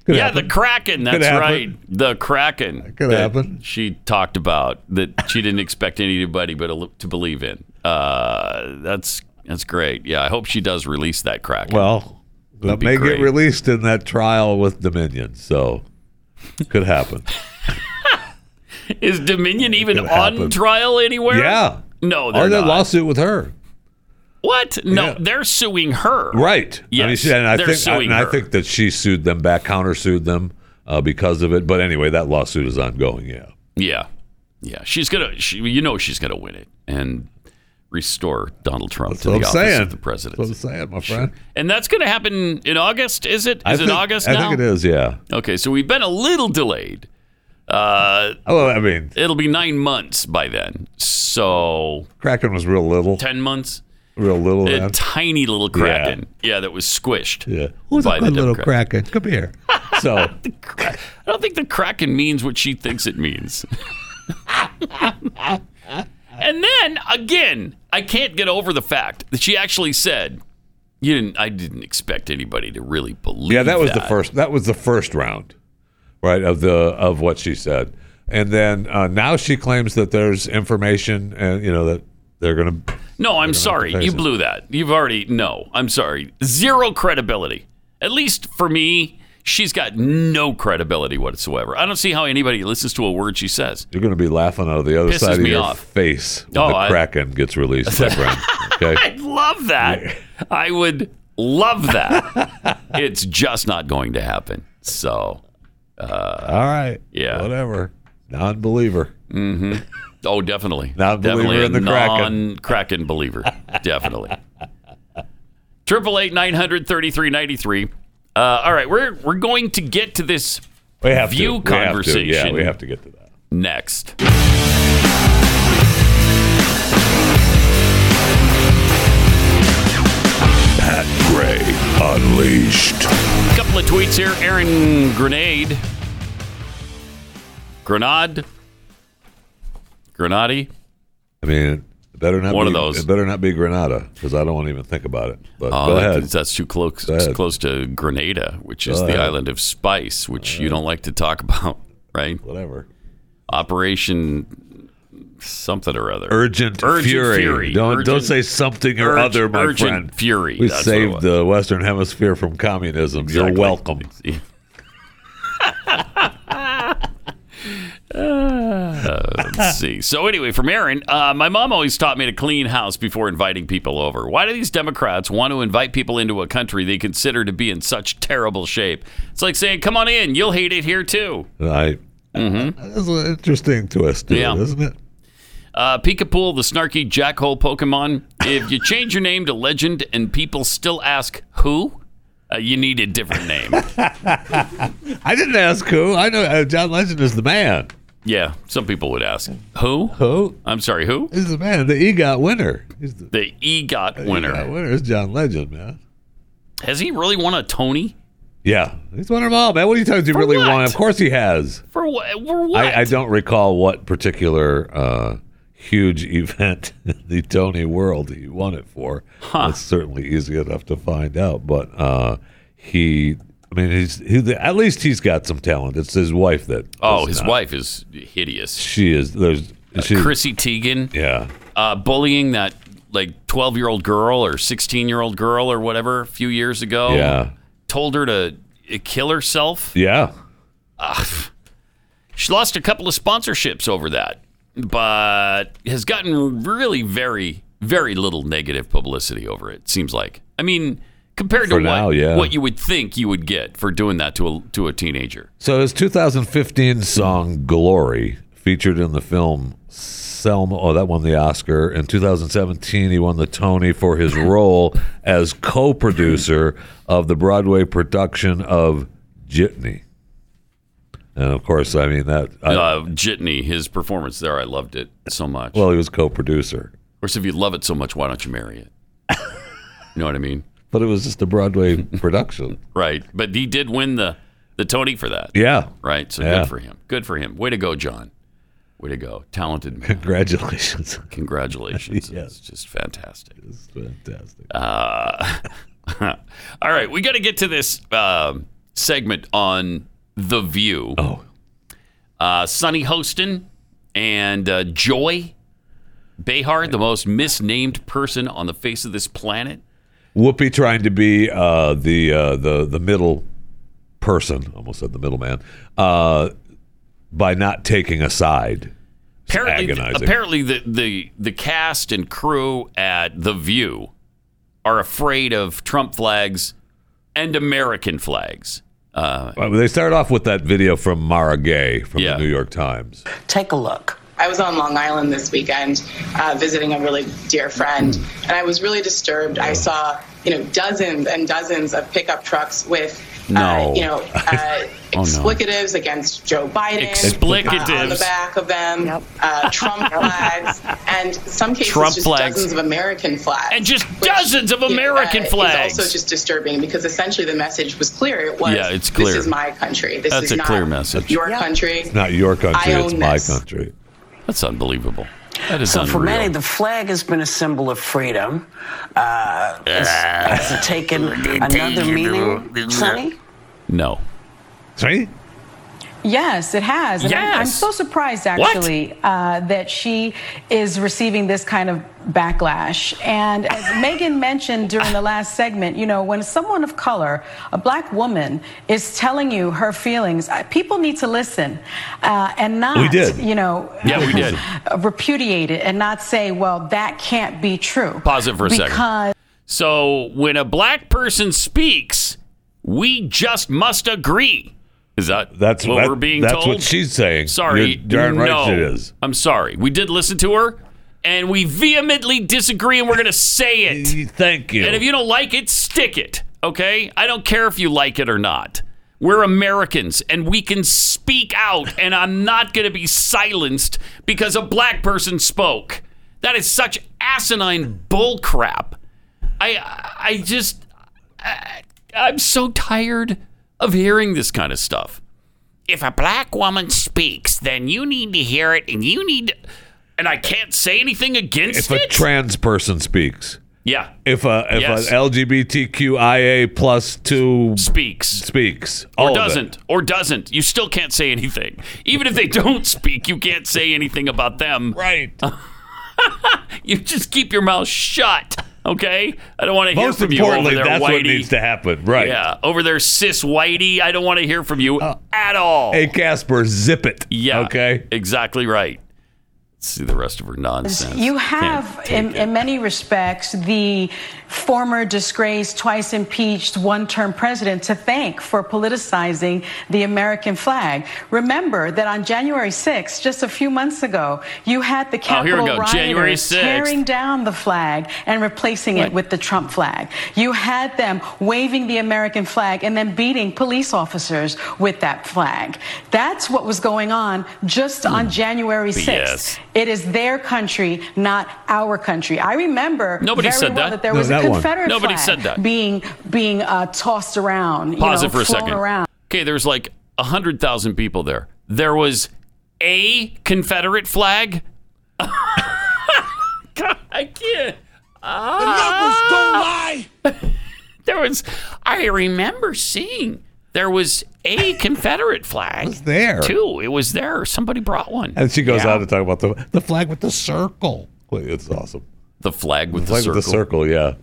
Could
yeah,
happen.
the Kraken. That's
Could happen.
right. The Kraken.
could
that
happen.
She talked about that she didn't expect anybody but a- to believe in. Uh, that's that's great. Yeah, I hope she does release that Kraken.
Well,
Would
that
be
may
great.
get released in that trial with Dominion, so could happen.
is Dominion even
Could
on
happen.
trial anywhere?
Yeah.
No,
or
they're
that
not.
lawsuit with her.
What? No, they're suing her.
Right. I mean,
Yes,
she- and I
they're
think,
suing
and I
her.
think that she sued them back, countersued them uh, because of it. But anyway, that lawsuit is ongoing. Yeah.
Yeah, yeah. She's gonna. She, you know, she's gonna win it and restore Donald Trump
That's
to
what
the
I'm
office
saying.
of the president.
That's what I'm saying, my friend.
And that's going to happen in August, is it? Is
I
it
think,
August
I
now?
think it is. Yeah.
Okay, so we've been a little delayed. Uh,
Well, Oh, I mean,
it'll be nine months by then. So
Kraken was real little,
ten months.
real little.
A
then.
tiny little kraken. Yeah, that was squished.
Yeah. Who's
by
a
the
good little
Democrats.
Kraken? Come here. So
I don't think the kraken means what she thinks it means. and then again, I can't get over the fact that she actually said, "You didn't. I didn't expect anybody to really believe."
yeah, that was the
that."
first. That was the first round, right? Of the of what she said, and then uh, now she claims that there's information, and you know that they're going to
No, I'm sorry.
face
You
it.
blew that. You've already, no, I'm sorry. Zero credibility. At least for me, she's got no credibility whatsoever. I don't see how anybody listens to a word she says.
You're going to be laughing out of the other
Pisses
side of
me
your
off.
face when
Oh,
the
I-
Kraken gets released, my friend. Okay.
I'd love that. I would love that. it's just not going to happen. So, uh,
All right.
yeah.
Whatever. Non-believer.
hmm Oh, definitely.
Not a believer
definitely
in the Kraken.
non-Kraken believer. definitely. Triple eight nine hundred thirty three ninety three. Uh, all right, we're we're going to get to this
We have to.
view
We have to. Yeah,
conversation.
we have to get to
that next.
Pat Gray Unleashed.
Couple of tweets here. Aaron Grenade. Grenade. Grenade.
I mean, it better not
One
be,
of those.
It better not be Granada because I don't want to even think about it. But
Oh,
go
that-
ahead.
That's too close.
Go ahead.
close to Grenada, which is
Go
the
ahead.
island of spice, which you don't like to talk about, right?
Whatever.
Operation something or other.
Urgent,
Urgent
fury.
Fury.
Don't don't
Urgent-
say something or
Urg-
other, my
Urgent
friend.
Fury.
We
That's what it
saved the Western Hemisphere from communism.
Exactly.
You're welcome.
Uh, let's see. So anyway, from Aaron, uh, my mom always taught me to clean house before inviting people over. Why do these Democrats want to invite people into a country they consider to be in such terrible shape? It's like saying, "Come on in, you'll hate it here too."
I. That's an interesting twist, to it,
Yeah.
isn't it?
Uh, Pikapool, the snarky jackhole Pokemon. If you change your name to Legend and people still ask who, uh, you need a different name.
I didn't ask who. I know uh, John Legend is the man.
yeah, some people would ask who.
Who?
I'm sorry, who?
He's the man. The E EGOT winner. He's the Uh, E
The EGOT
EGOT
winner.
winner is John Legend, man.
Has he really won a Tony?
Yeah, he's won them all, man. What do you times he really won? Of course he has.
For what? For what?
I, I don't recall what particular uh, huge event in the Tony world he won it for. It's certainly easy enough to find out, but uh, he. I mean, he's he, at least he's got some talent. It's his wife that.
Oh, Uh,
does
his
not.
wife is hideous.
She is. There's. she's-
Chrissy Teigen.
Yeah.
Uh, bullying that like 12 year old girl or 16 year old girl or whatever a few years ago.
Yeah.
Told her to uh, kill herself.
Yeah.
Ugh. she lost a couple of sponsorships over that, but has gotten really very, very little negative publicity over it. Seems like. I mean, compared
For
to
now,
what,
yeah.
what you would think you would get for doing that to a to a teenager.
So his 2015 song "Glory" featured in the film Selma. Oh, that won the Oscar. In 2017, he won the Tony for his role as co-producer of the Broadway production of Jitney. And of course, I mean that. I,
uh, Jitney, his performance there, I loved it so much.
well, he was co-producer,
Of course, if you love it so much, why don't you marry it? you know what I mean?
but it was just a Broadway production.
Right. But he did win the, the Tony for that.
Yeah.
Right. So
Yeah.
good for him. Good for him. Way to go, John. Way to go. Talented man.
Congratulations.
Congratulations. It's just fantastic.
It's fantastic.
Uh, all right. We got to get to this um segment on The View.
Oh.
Uh, Sonny Hostin and uh, Joy Behar, the most misnamed person on the face of this planet.
Whoopi trying to be uh, the uh, the the middle person, almost said the middleman, uh, by not taking a side. It's
apparently,
agonizing.
apparently the, the the cast and crew at The View are afraid of Trump flags and American flags. Uh,
Well, they start off with that video from Mara Gay from the New York Times.
Take a look. I was on Long Island this weekend uh, visiting a really dear friend, and I was really disturbed. I saw, you know, dozens and dozens of pickup trucks with, uh,
No.
you know, uh,
Oh, no.
explicatives against Joe Biden.
Explicatives.
uh, on the back of them, uh, Trump flags, and some cases
Trump
just
flags.
dozens of American flags. And
just dozens of American flags.
It's also just disturbing because essentially the message was clear. It was,
Yeah, it's
this
clear.
is my country. This
That's
is
a
not
clear message.
your country.
It's not your country;
I
it's
own
my
this.
country.
That's unbelievable. That is
so for
unreal.
many, the flag has been a symbol of freedom. Uh, has, has it taken another meaning, Sonny?
No.
Sorry?
Yes, it has. And I'm, I'm
Yes.
so surprised, actually, uh, that she is receiving this kind of backlash. And as Megan mentioned during the last segment, you know, when someone of color, a black woman, is telling you her feelings, uh, people need to listen uh, and not,
did.
you know,
Yeah, we did.
uh, repudiate it and not say, well, that can't be true.
Pause it for a second.
Because
So when a black person speaks, we just must agree. Is that
that's
what
that-
we're being
that's
told?
what she's saying. You're
Sorry,
darn right
no.
it is.
I'm sorry. We did listen to her, and we vehemently disagree, and we're going to say it.
Thank you.
And if you don't like it, stick it. Okay? I don't care if you like it or not. We're Americans, and we can speak out, and I'm not going to be silenced because a black person spoke. That is such asinine bullcrap. I uh, I just I, I'm so tired of hearing this kind of stuff. If a black woman speaks, then you need to hear it, and you need, and I can't say anything against
If a
it.
trans person speaks,
yeah,
if a if
Yes.
an LGBTQIA plus two
speaks
speaks
or
all of it.
doesn't, or doesn't, you still can't say anything. Even if they don't speak, you can't say anything about them.
Right.
you just keep your mouth shut. Okay, I don't want to hear
Most
from you over
importantly,
there,
that's
whitey.
what needs to happen. Right. Uh,
Yeah, over there, cis whitey. I don't want to hear from you at all.
Hey, Casper, zip it.
Yeah. Okay. Exactly right. Let's see the rest of her nonsense.
You
Can't
have,
take
in,
it.
in many respects, the former disgraced, twice impeached, one term president to thank for politicizing the American flag. Remember that on January 6th, just a few months ago, you had the
Oh, here
Capitol
we go. January
rioters
6th.
tearing down the flag and replacing it with the Trump flag. You had them waving the American flag and then beating police officers with that flag. That's what was going on just
Hmm.
on January 6th.
BS.
It is their country, not our country. I remember
Nobody
very
said
well
that.
there
No,
was
that
a
one.
Confederate
Nobody
flag
said that.
being being uh, tossed around.
Pause
you know,
it for a
flown
second.
Around.
Okay, there's like a hundred thousand people there. There was a Confederate flag. God, I can't. Ah. there was. I remember seeing there was a Confederate flag
there.
too. It was there. Somebody brought one.
And she goes
Yeah.
on to talk about the the flag with the circle. Wait, It's awesome.
The flag with the,
flag
circle.
with the circle. Yeah.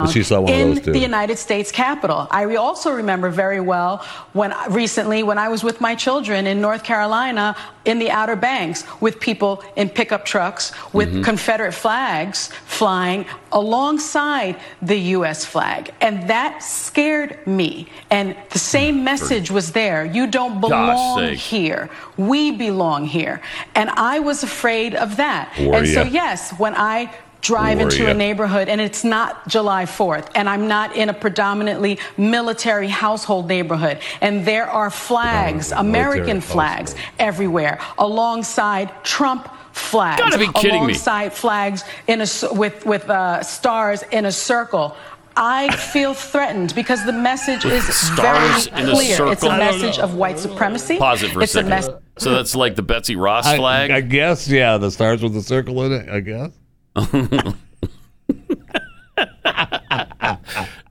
And she saw one
in
of those too.
the United States Capitol. I re- also remember very well when recently when I was with my children in North Carolina in the Outer Banks with people in pickup trucks with
Mm-hmm.
Mhm.
Confederate flags flying alongside the U.S. flag, and that scared me. And the
Mm,
same message was there: you don't belong
sake.
here. We belong here, and I was afraid of that. And so
Warrior.
yes, when I drive into
Warrior.
a neighborhood neighborhood and it's not July 4th and I'm not in a predominantly military household neighborhood and there are flags, American
military
flags everywhere alongside Trump flags
Gotta be kidding me.
alongside flags in a s- with with uh, stars in a circle I feel threatened because the message
With
is
stars
very
in a
clear. It's
circle?
a
I don't
message of white supremacy.
Pause it for a
it's
second.
A mess-
so that's like the Betsy Ross
I-
flag.
I, guess, yeah, the stars with the circle in it. I guess.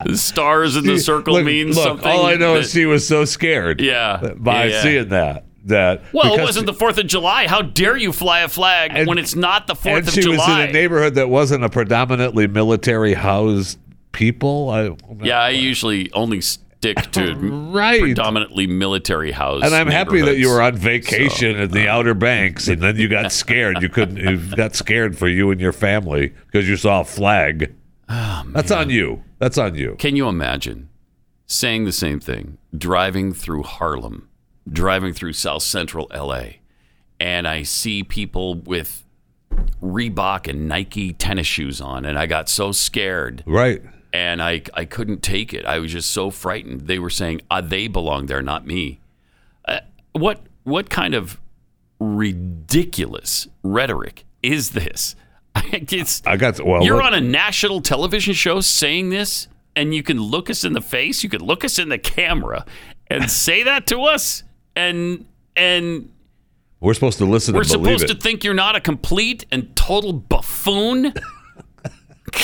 The stars in the
She-
circle
look-
means
look,
something.
All I know
that-
is she was so scared.
Yeah,
By
yeah, yeah.
seeing that, that
Well, it
because-
wasn't the Fourth of July. How dare you fly a flag when it's not the Fourth
and
of
she was
July?
in a neighborhood that wasn't a predominantly military housed people. I,
yeah, I usually only stick to predominantly military house.
and I'm happy that you were on
neighborhoods. uh,
vacation in the Outer Banks, and then you got scared. You couldn't. You got scared for you and your family because you saw a flag.
Ah,
That's on you. That's on you.
Can you imagine saying the same thing, driving through Harlem, driving through South Central LA, and I see people with Reebok and Nike tennis shoes on, and I got so scared.
Right.
And I, I couldn't take it. I was just so frightened. They were saying, ah, they belong there, not me. Uh, what, what kind of ridiculous rhetoric is this? it's,
I got well.
You're
look-
on a national television show saying this, and you can look us in the face, you can look us in the camera, and say that to us, and and
We're supposed to listen
we're
and believe
supposed
it.
to think you're not a complete and total buffoon.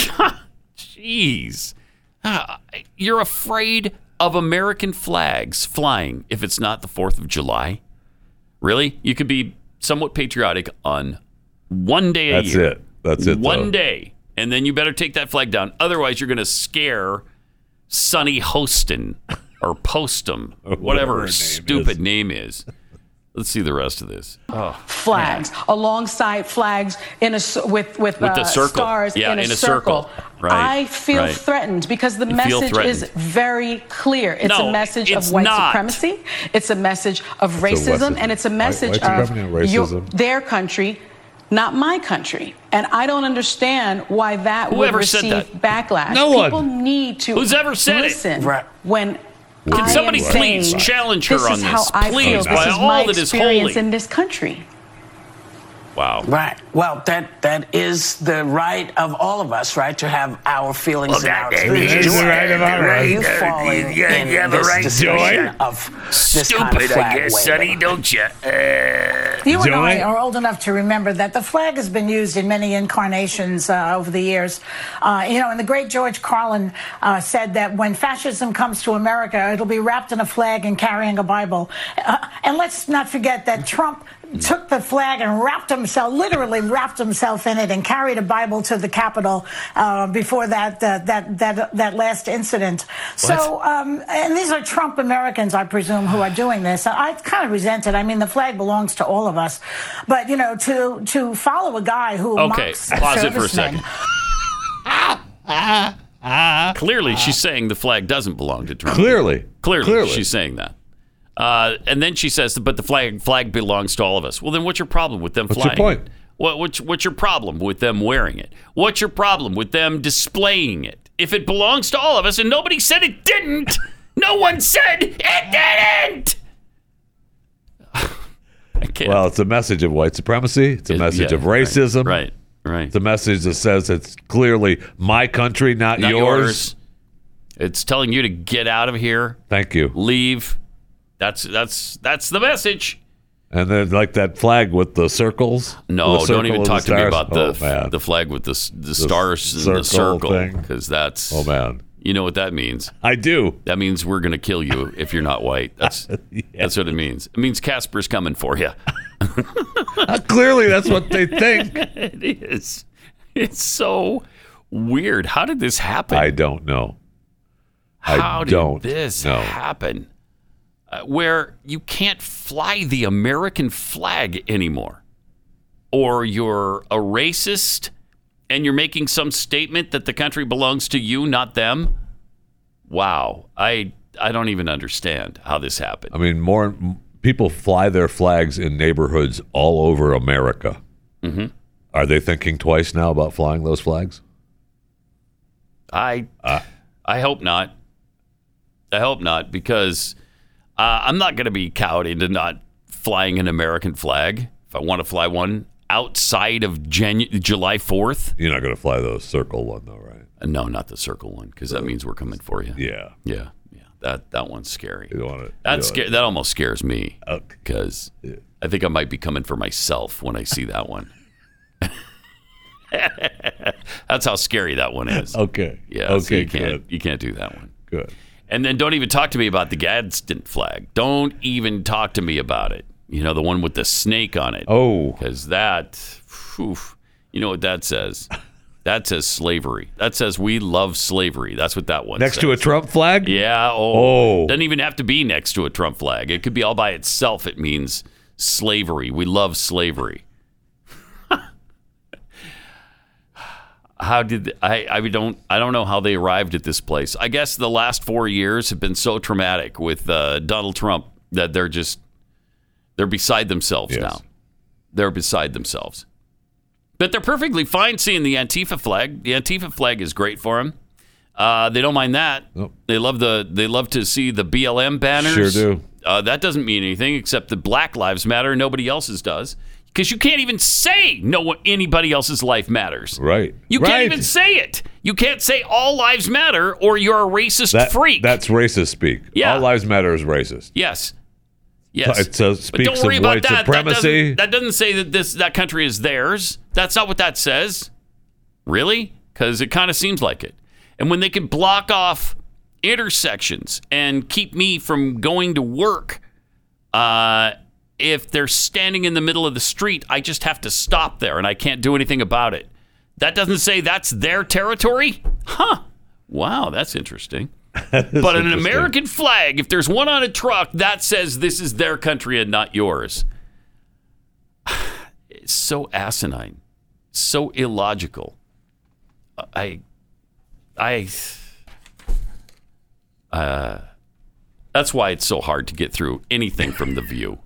God, Jeez, Ah, you're afraid of American flags flying if it's not the Fourth of July. Really, you could be somewhat patriotic on one day a
That's
year.
it. That's it,
One
though.
day, and then you better take that flag down. Otherwise, you're going to scare Sonny Hostin or Postum,
whatever
whatever
her
her
name
stupid name is. Let's see the rest of this. Oh,
flags alongside flags in a s- with
With
with,
the
uh,
circle.
stars
Yeah,
in, a
in a circle. Right,
I feel
right.
threatened because the
You feel
message is
threatened.
very clear. It's
No,
a message
it's
of white
not.
supremacy. It's a message of
It's a
racism,
racism.
and it's a
White-
message
white
of
supremacy and
your-
racism.
their country. Not my country, and I don't understand why that would
Whoever said that.
receive backlash.
No one.
People need to
Who's ever said it?
listen when
Can
I
somebody
am
please
saying,
challenge her
this
on
is
this?
How I
Please,
feel.
by
this is
all
my
that is
experience
holy.
in this country.
Wow.
Right. Well, that that is the right of all of us, right, to have our feelings
Well,
and
that-
our
that
opinions.
is
You
the
are-
right of all
are
of
You
us.
falling
You-
in
you have a
this
right to
discussion
it.
of this kind of
Stupid,
flag
I guess,
waving.
Eh, Sonny, don't you? Uh,
You and I
Joy?
are old enough to remember that the flag has been used in many incarnations uh, over the years. Uh, you know, and the great George Carlin uh, said that when fascism comes to America, it'll be wrapped in a flag and carrying a Bible. Uh, and let's not forget that Trump took the flag and wrapped himself, literally wrapped himself in it, and carried a Bible to the Capitol uh, before that uh, that that that last incident. So, um, and these are Trump Americans, I presume, who are doing this. I kind of resent it. I mean, the flag belongs to all of us, but you know, to to follow a guy who
Okay,
mocks
pause it for a second.
servicemen- Ah.
Clearly, she's saying the flag doesn't belong to Trump.
Ah. Clearly.
Clearly,
Clearly.
she's saying that. Uh, and then she says, "But the flag flag belongs to all of us." Well, then what's your problem with them
What's your
flying?
point?
it? What, what's what's your problem with them wearing it? What's your problem with them displaying it? If it belongs to all of us, and nobody said it didn't, no one said it didn't.
Well, it's a message of white supremacy. It's a message
yeah,
of racism. Right.
Right.
It's a message that says it's clearly my country, not,
Not
yours.
yours. It's telling you to get out of here.
Thank you.
Leave. That's that's that's the message.
And then like that flag with the circles.
No,
the circle
don't even
and
talk to me
stars.
about
Oh,
the
man.
the flag with the s- the, stars and
circle
the circle
thing.
because that's
Oh, man.
you know what that means.
I do.
That means we're gonna kill you if you're not white. That's that's what it means. It means Casper's coming for you.
Uh, Clearly, that's what they think.
it is. It's so weird. How did this happen?
I don't know.
How
I
did
don't
this
know.
happen? Uh, where you can't fly the American flag anymore, or you're a racist and you're making some statement that the country belongs to you, not them. Wow, I I don't even understand how this happened.
I mean, more m- people fly their flags in neighborhoods all over America.
Mhm.
Are they thinking twice now about flying those flags?
I
Uh.
I hope not. I hope not because uh, I'm not going to be cowed into not flying an American flag. If I want to fly one outside of Janu- July 4th,
you're not going to fly the circle one though, right? Uh,
no, not the circle one because that means we're coming for you.
Yeah.
yeah, yeah. That that one's scary.
You don't want it.
That sca- that almost scares me because I think I might be coming for myself when I see that one. That's how scary that one is.
Okay.
Yeah. so
Okay,
you can't
good.
you can't do that one.
Good.
And then don't even talk to me about the Gadsden flag. Don't even talk to me about it. You know the one with the snake on it.
Oh,
because that, phew, you know what that says. That says slavery. That says we love slavery. That's what that one
Next to a
says.
Trump flag?
Yeah.
Oh.
Doesn't even have to be next to a Trump flag. It could be all by itself. It means slavery. We love slavery. how did I? I don't. I don't know how they arrived at this place. I guess the last four years have been so traumatic with uh, Donald Trump that they're just they're beside themselves now. They're beside themselves. But they're perfectly fine seeing the Antifa flag. The Antifa flag is great for them. Uh, they don't mind that. They love the. They love to see the BLM banners.
Sure do.
Uh, that doesn't mean anything except that Black Lives Matter. and Nobody else's does because you can't even say no one anybody else's life matters.
Right.
You
Right.
can't even say it. You can't say all lives matter or you're a racist
That-
freak.
That's racist speak.
Yeah.
All lives matter is racist.
Yes. Yes.
It says,
But
speaks
don't worry
of
about
white
that.
supremacy.
That doesn't, that doesn't say that this that country is theirs. That's not what that says. Really? Because it kind of seems like it. And when they can block off intersections and keep me from going to work, uh, if they're standing in the middle of the street, I just have to stop there and I can't do anything about it. That doesn't say that's their territory? Huh. Wow, that's interesting. but an American flag, if there's one on a truck, that says this is their country and not yours. It's so asinine, so illogical. I, I, uh, that's why it's so hard to get through anything from the View.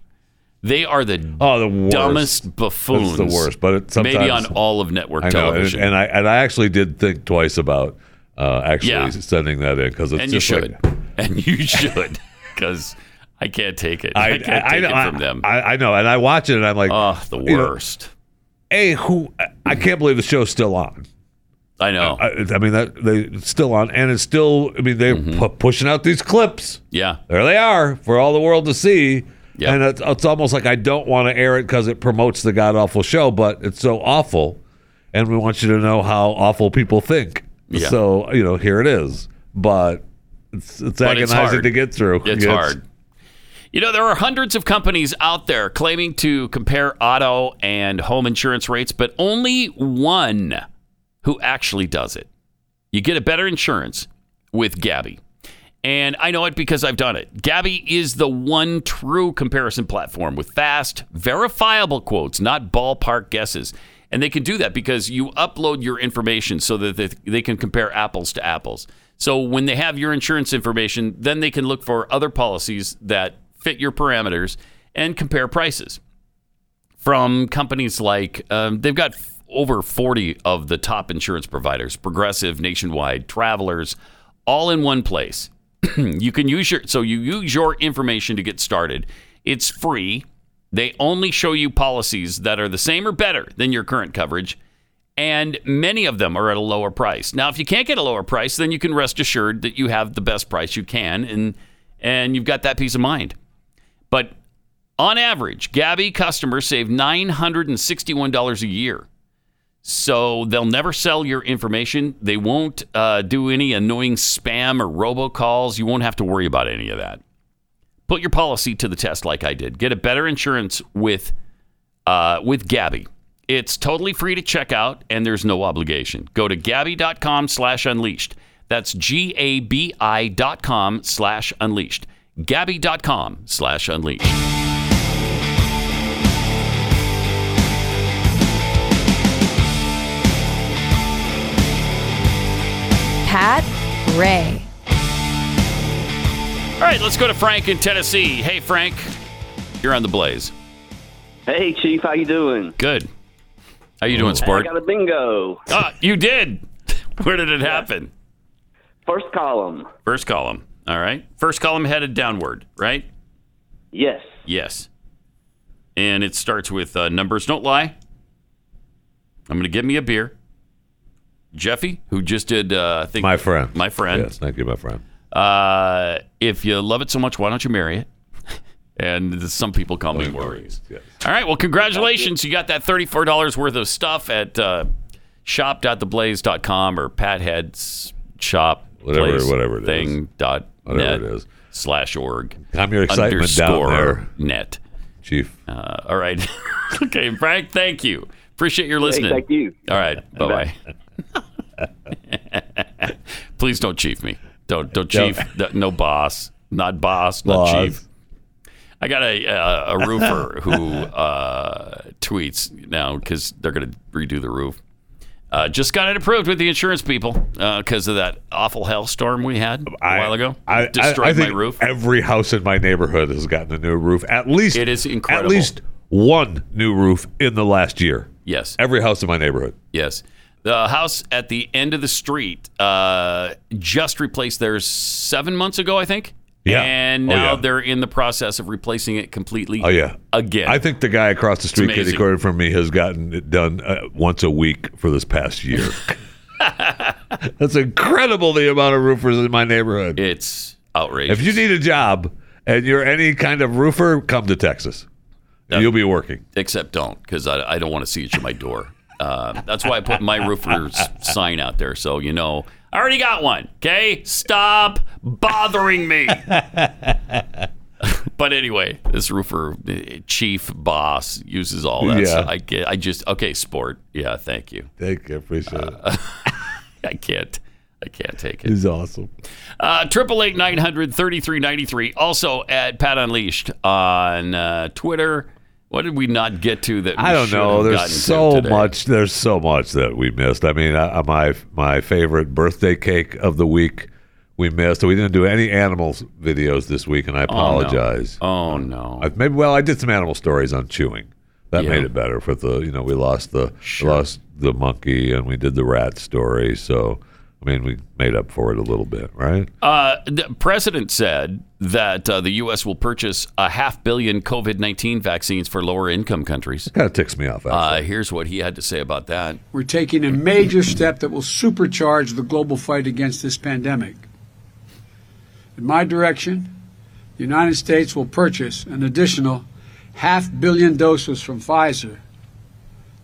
They are the,
oh, the worst.
dumbest buffoons.
That's the worst, but it, sometimes,
maybe on all of network
I know, and-
television.
And, I and I actually did think twice about uh, actually
Yeah.
sending that in because it's
and you
just
should,
like
and you should, because I can't take it. I, can't take
know,
it from them.
I, I know, and I watch it, and I'm like,
oh, the worst.
hey, who? I- I can't believe the show's still on.
I know.
I, I mean, that they it's still on, and it's still. I mean, they're pu- pushing out these clips.
Mm-hmm. Yeah.
there they are for all the world to see. And it's, it's almost like I don't want to air it because it promotes the god awful show, but it's so awful, and we want you to know how awful people think.
Yeah.
So you know, here it is, but it's, it's
But it's
agonizing
hard.
to get through.
It's hard. You know, there are hundreds of companies out there claiming to compare auto and home insurance rates, but only one who actually does it. You get a better insurance with Gabby. And I know it because I've done it. Gabby is the one true comparison platform with fast, verifiable quotes, not ballpark guesses. And they can do that because you upload your information so that they, they can compare apples to apples. So when they have your insurance information, then they can look for other policies that fit your parameters and compare prices from companies like um, they've got f- over 40 of the top insurance providers progressive nationwide travelers all in one place you can use your so you use your information to get started it's free they only show you policies that are the same or better than your current coverage and many of them are at a lower price now if you can't get a lower price then you can rest assured that you have the best price you can and and you've got that peace of mind but on average, Gabby customers save $961 a year. So they'll never sell your information. They won't uh, do any annoying spam or robocalls. You won't have to worry about any of that. Put your policy to the test like I did. Get a better insurance with uh, with Gabby. It's totally free to check out, and there's no obligation. Go to gabby.com slash unleashed. That's G-A-B-I dot com slash unleashed. Gabby.com slash unleashed.
Pat Gray.
All right, let's go to Frank in Tennessee. Hey, Frank, you're on the blaze.
Hey, Chief, how you doing?
Good. How you doing, sport?
I got a bingo.
Ah, you did. Where did it happen?
First column.
First column. All right. First column headed downward, right?
Yes.
Yes. And it starts with uh, numbers don't lie. I'm going to get me a beer. Jeffy, who just did, uh, I think
My friend.
my friend.
Yes, thank you, my friend.
Uh, if you love it so much, why don't you marry it? And some people call me worries. All right. Well, congratulations. You got that $34 worth of stuff at uh, shop.theblaze.com or Pat Head's shop.
Whatever-
place
whatever it is.
Thing dot
Whatever
net
it is.
Slash org.
Calm your excitement down
underscore
there.
Net.
Chief.
Uh, all right. okay, Frank, thank you. Appreciate your
Hey,
listening.
thank you.
All right. Bye bye. Please don't chief me. Don't don't
No.
chief. No, no boss. Not boss. Not
Boss.
chief. I got a uh, a roofer who uh, tweets now because they're going to redo the roof. Uh, just got it approved with the insurance people because of that awful hailstorm we had a while ago.
I, I-
Destroyed
I think
my roof.
Every house in my neighborhood has gotten a new roof. At least
It is
At
incredible.
least one new roof in the last year.
Yes.
Every house in my neighborhood.
Yes. The house at the end of the street uh, just replaced theirs seven months ago, I think.
Yeah.
And
Oh,
now
yeah.
they're in the process of replacing it completely.
Oh yeah.
Again.
I think the guy across the street, kitty
amazing.
corner from me, has gotten it done uh, once a week for this past year. That's incredible the amount of roofers in my neighborhood.
It's outrageous.
If you need a job and you're any kind of roofer, come to Texas. You'll be working.
Except don't, because I, I don't want to see it at my door. Uh, that's why I put my roofer's sign out there, so you know. I already got one. Okay, stop bothering me. but anyway, this roofer eh, chief boss uses all that.
Yeah.
So I get. I just okay, sport. Yeah, thank you.
Thank you. Appreciate it.
I can't. I can't take it.
He's awesome.
Triple eight nine hundred thirty three ninety three. Also at Pat Unleashed on uh, Twitter. What did we not get to that we
I don't
should
know.
have
There's
gotten to
so
today?
much. There's so much that we missed. I mean, I, I- my my favorite birthday cake of the week we missed. We didn't do any animals videos this week, and I
Oh, no.
apologize.
Oh no.
I, maybe well, I did some animal stories on chewing. That
Yeah.
made it better. For the you know, we lost the lost the monkey, and we did the rat story. So I mean, we made up for it a little bit, right?
Uh, the president said that uh, the U.S. will purchase a half billion COVID 19 vaccines for lower income countries.
Kind of ticks me off.
Uh, here's what he had to say about that.
We're taking a major step that will supercharge the global fight against this pandemic. In my direction, the United States will purchase an additional half billion doses from Pfizer,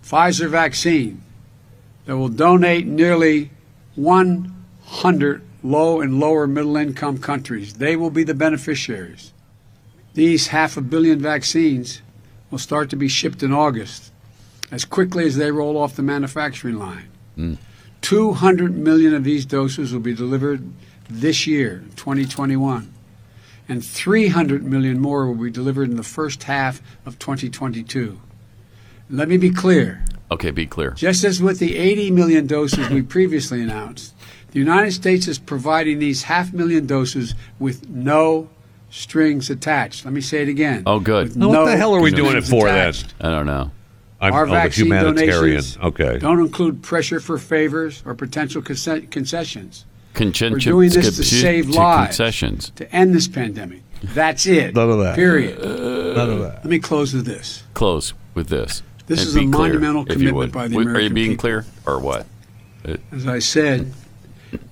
Pfizer vaccine, that will donate nearly 100 low and lower middle income countries. They will be the beneficiaries. These half a billion vaccines will start to be shipped in August as quickly as they roll off the manufacturing line. 200 million of these doses will be delivered this year, 2021, and 300 million more will be delivered in the first half of 2022. Let me be clear
Okay, be clear.
just as with the 80 million doses we previously announced, the United States is providing these half million doses with no strings attached. Let me say it again.
Oh, good.
With Now, what the no hell are we doing it conditions for then?
that?
attached.
I don't know.
I'm
Our
oh, the
vaccine
humanitarian.
donations
Okay.
don't include pressure for favors or potential conce- concessions.
Conchen-
We're doing this to
conchen-
save
to
lives.
Concessions.
To end this pandemic. That's it.
None of that.
Period.
None of that.
Let me close with this.
Close with this.
This
And
is a
be clear,
monumental
if you
commitment
would.
by the
Wait, Are you
American
being
people.
clear or what? Uh,
As I said,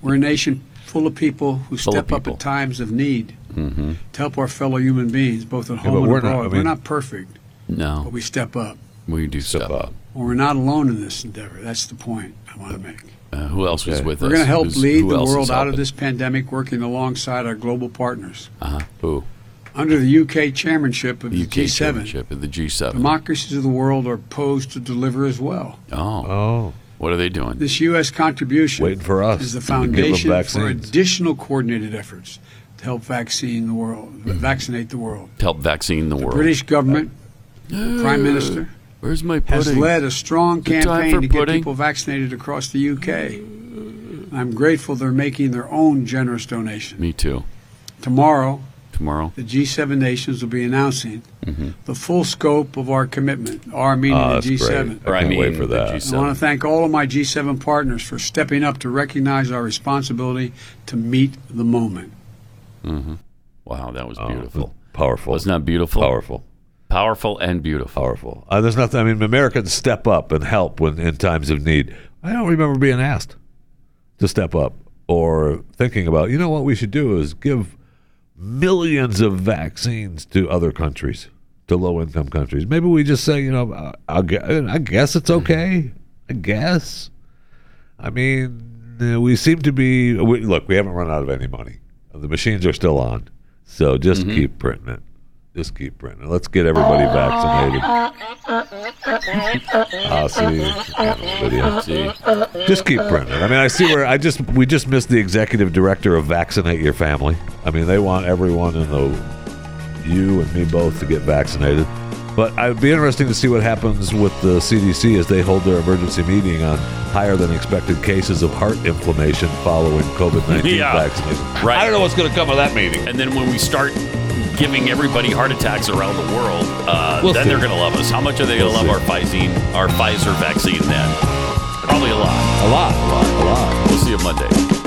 we're a nation full of people who
Full of
step up
people.
at times of need
mhm.
to help our fellow human beings, both at
Yeah,
home
but
and
we're not-
abroad.
I
we're
mean-
not perfect,
No.
but we step up.
We do step, up.
Well, we're not alone in this endeavor. That's the point I want to make.
Uh, who else was with
We're
us?
going to help
Who's-
lead
who
the
else is
world out of
helping?
this pandemic, working alongside our global partners.
Uh-huh. Who?
Under the UK chairmanship of the
UK
G7,
chairmanship of the G7.
democracies of the world are posed to deliver as well.
oh. Oh. What are they doing?
This U.S. contribution
Waiting for us
is the
to give 'em
foundation for
vaccines.
additional coordinated efforts to help vaccine the world, vaccinate the world.
To help vaccine the, world. Uh,
British government, the Prime Minister,
Where's my
has
pudding?
led a strong
Is it time
campaign
for
to get
pudding?
people vaccinated across the U.K. I'm grateful they're making their own generous donation.
Me too.
Tomorrow,
Tomorrow.
the G7 nations will be announcing
Mm-hmm.
the full scope of our commitment, our meeting
Oh,
the
that's great.
G7.
I Or I can't wait mean for the that.
I
G7.
want to thank all of my G7 partners for stepping up to recognize our responsibility to meet the moment.
hmm Wow, that was beautiful.
Powerful.
Wasn't that beautiful?
Powerful.
Oh, Powerful and beautiful.
Powerful. Uh, there's nothing. I mean, Americans step up and help when in times of need. I don't remember being asked to step up or thinking about. You know what we should do is give millions of vaccines to other countries, to low-income countries. Maybe we just say, you know, I- I'll gu- I guess it's okay. I guess. I mean, uh, we seem to be. We, look, we haven't run out of any money. The machines are still on, so just keep printing it. Just keep printing it. Let's get everybody
Oh,
vaccinated. Ah, see, video.
See.
Just keep printing. it. I mean, I see where I just we just missed the executive director of Vaccinate Your Family. I mean, they want everyone in the you and me both to get vaccinated. But it would be interesting to see what happens with the CDC as they hold their emergency meeting on higher than expected cases of heart inflammation following COVID nineteen
Yeah.
vaccination.
Right. I don't
know what's going to come of that meeting.
And then when we start giving everybody heart attacks around the world, uh,
We'll
then
see.
they're going to love us. How much are they going to love our Pfizer, our Pfizer vaccine then? Probably a lot.
A lot. A lot. A lot.
We'll see you Monday.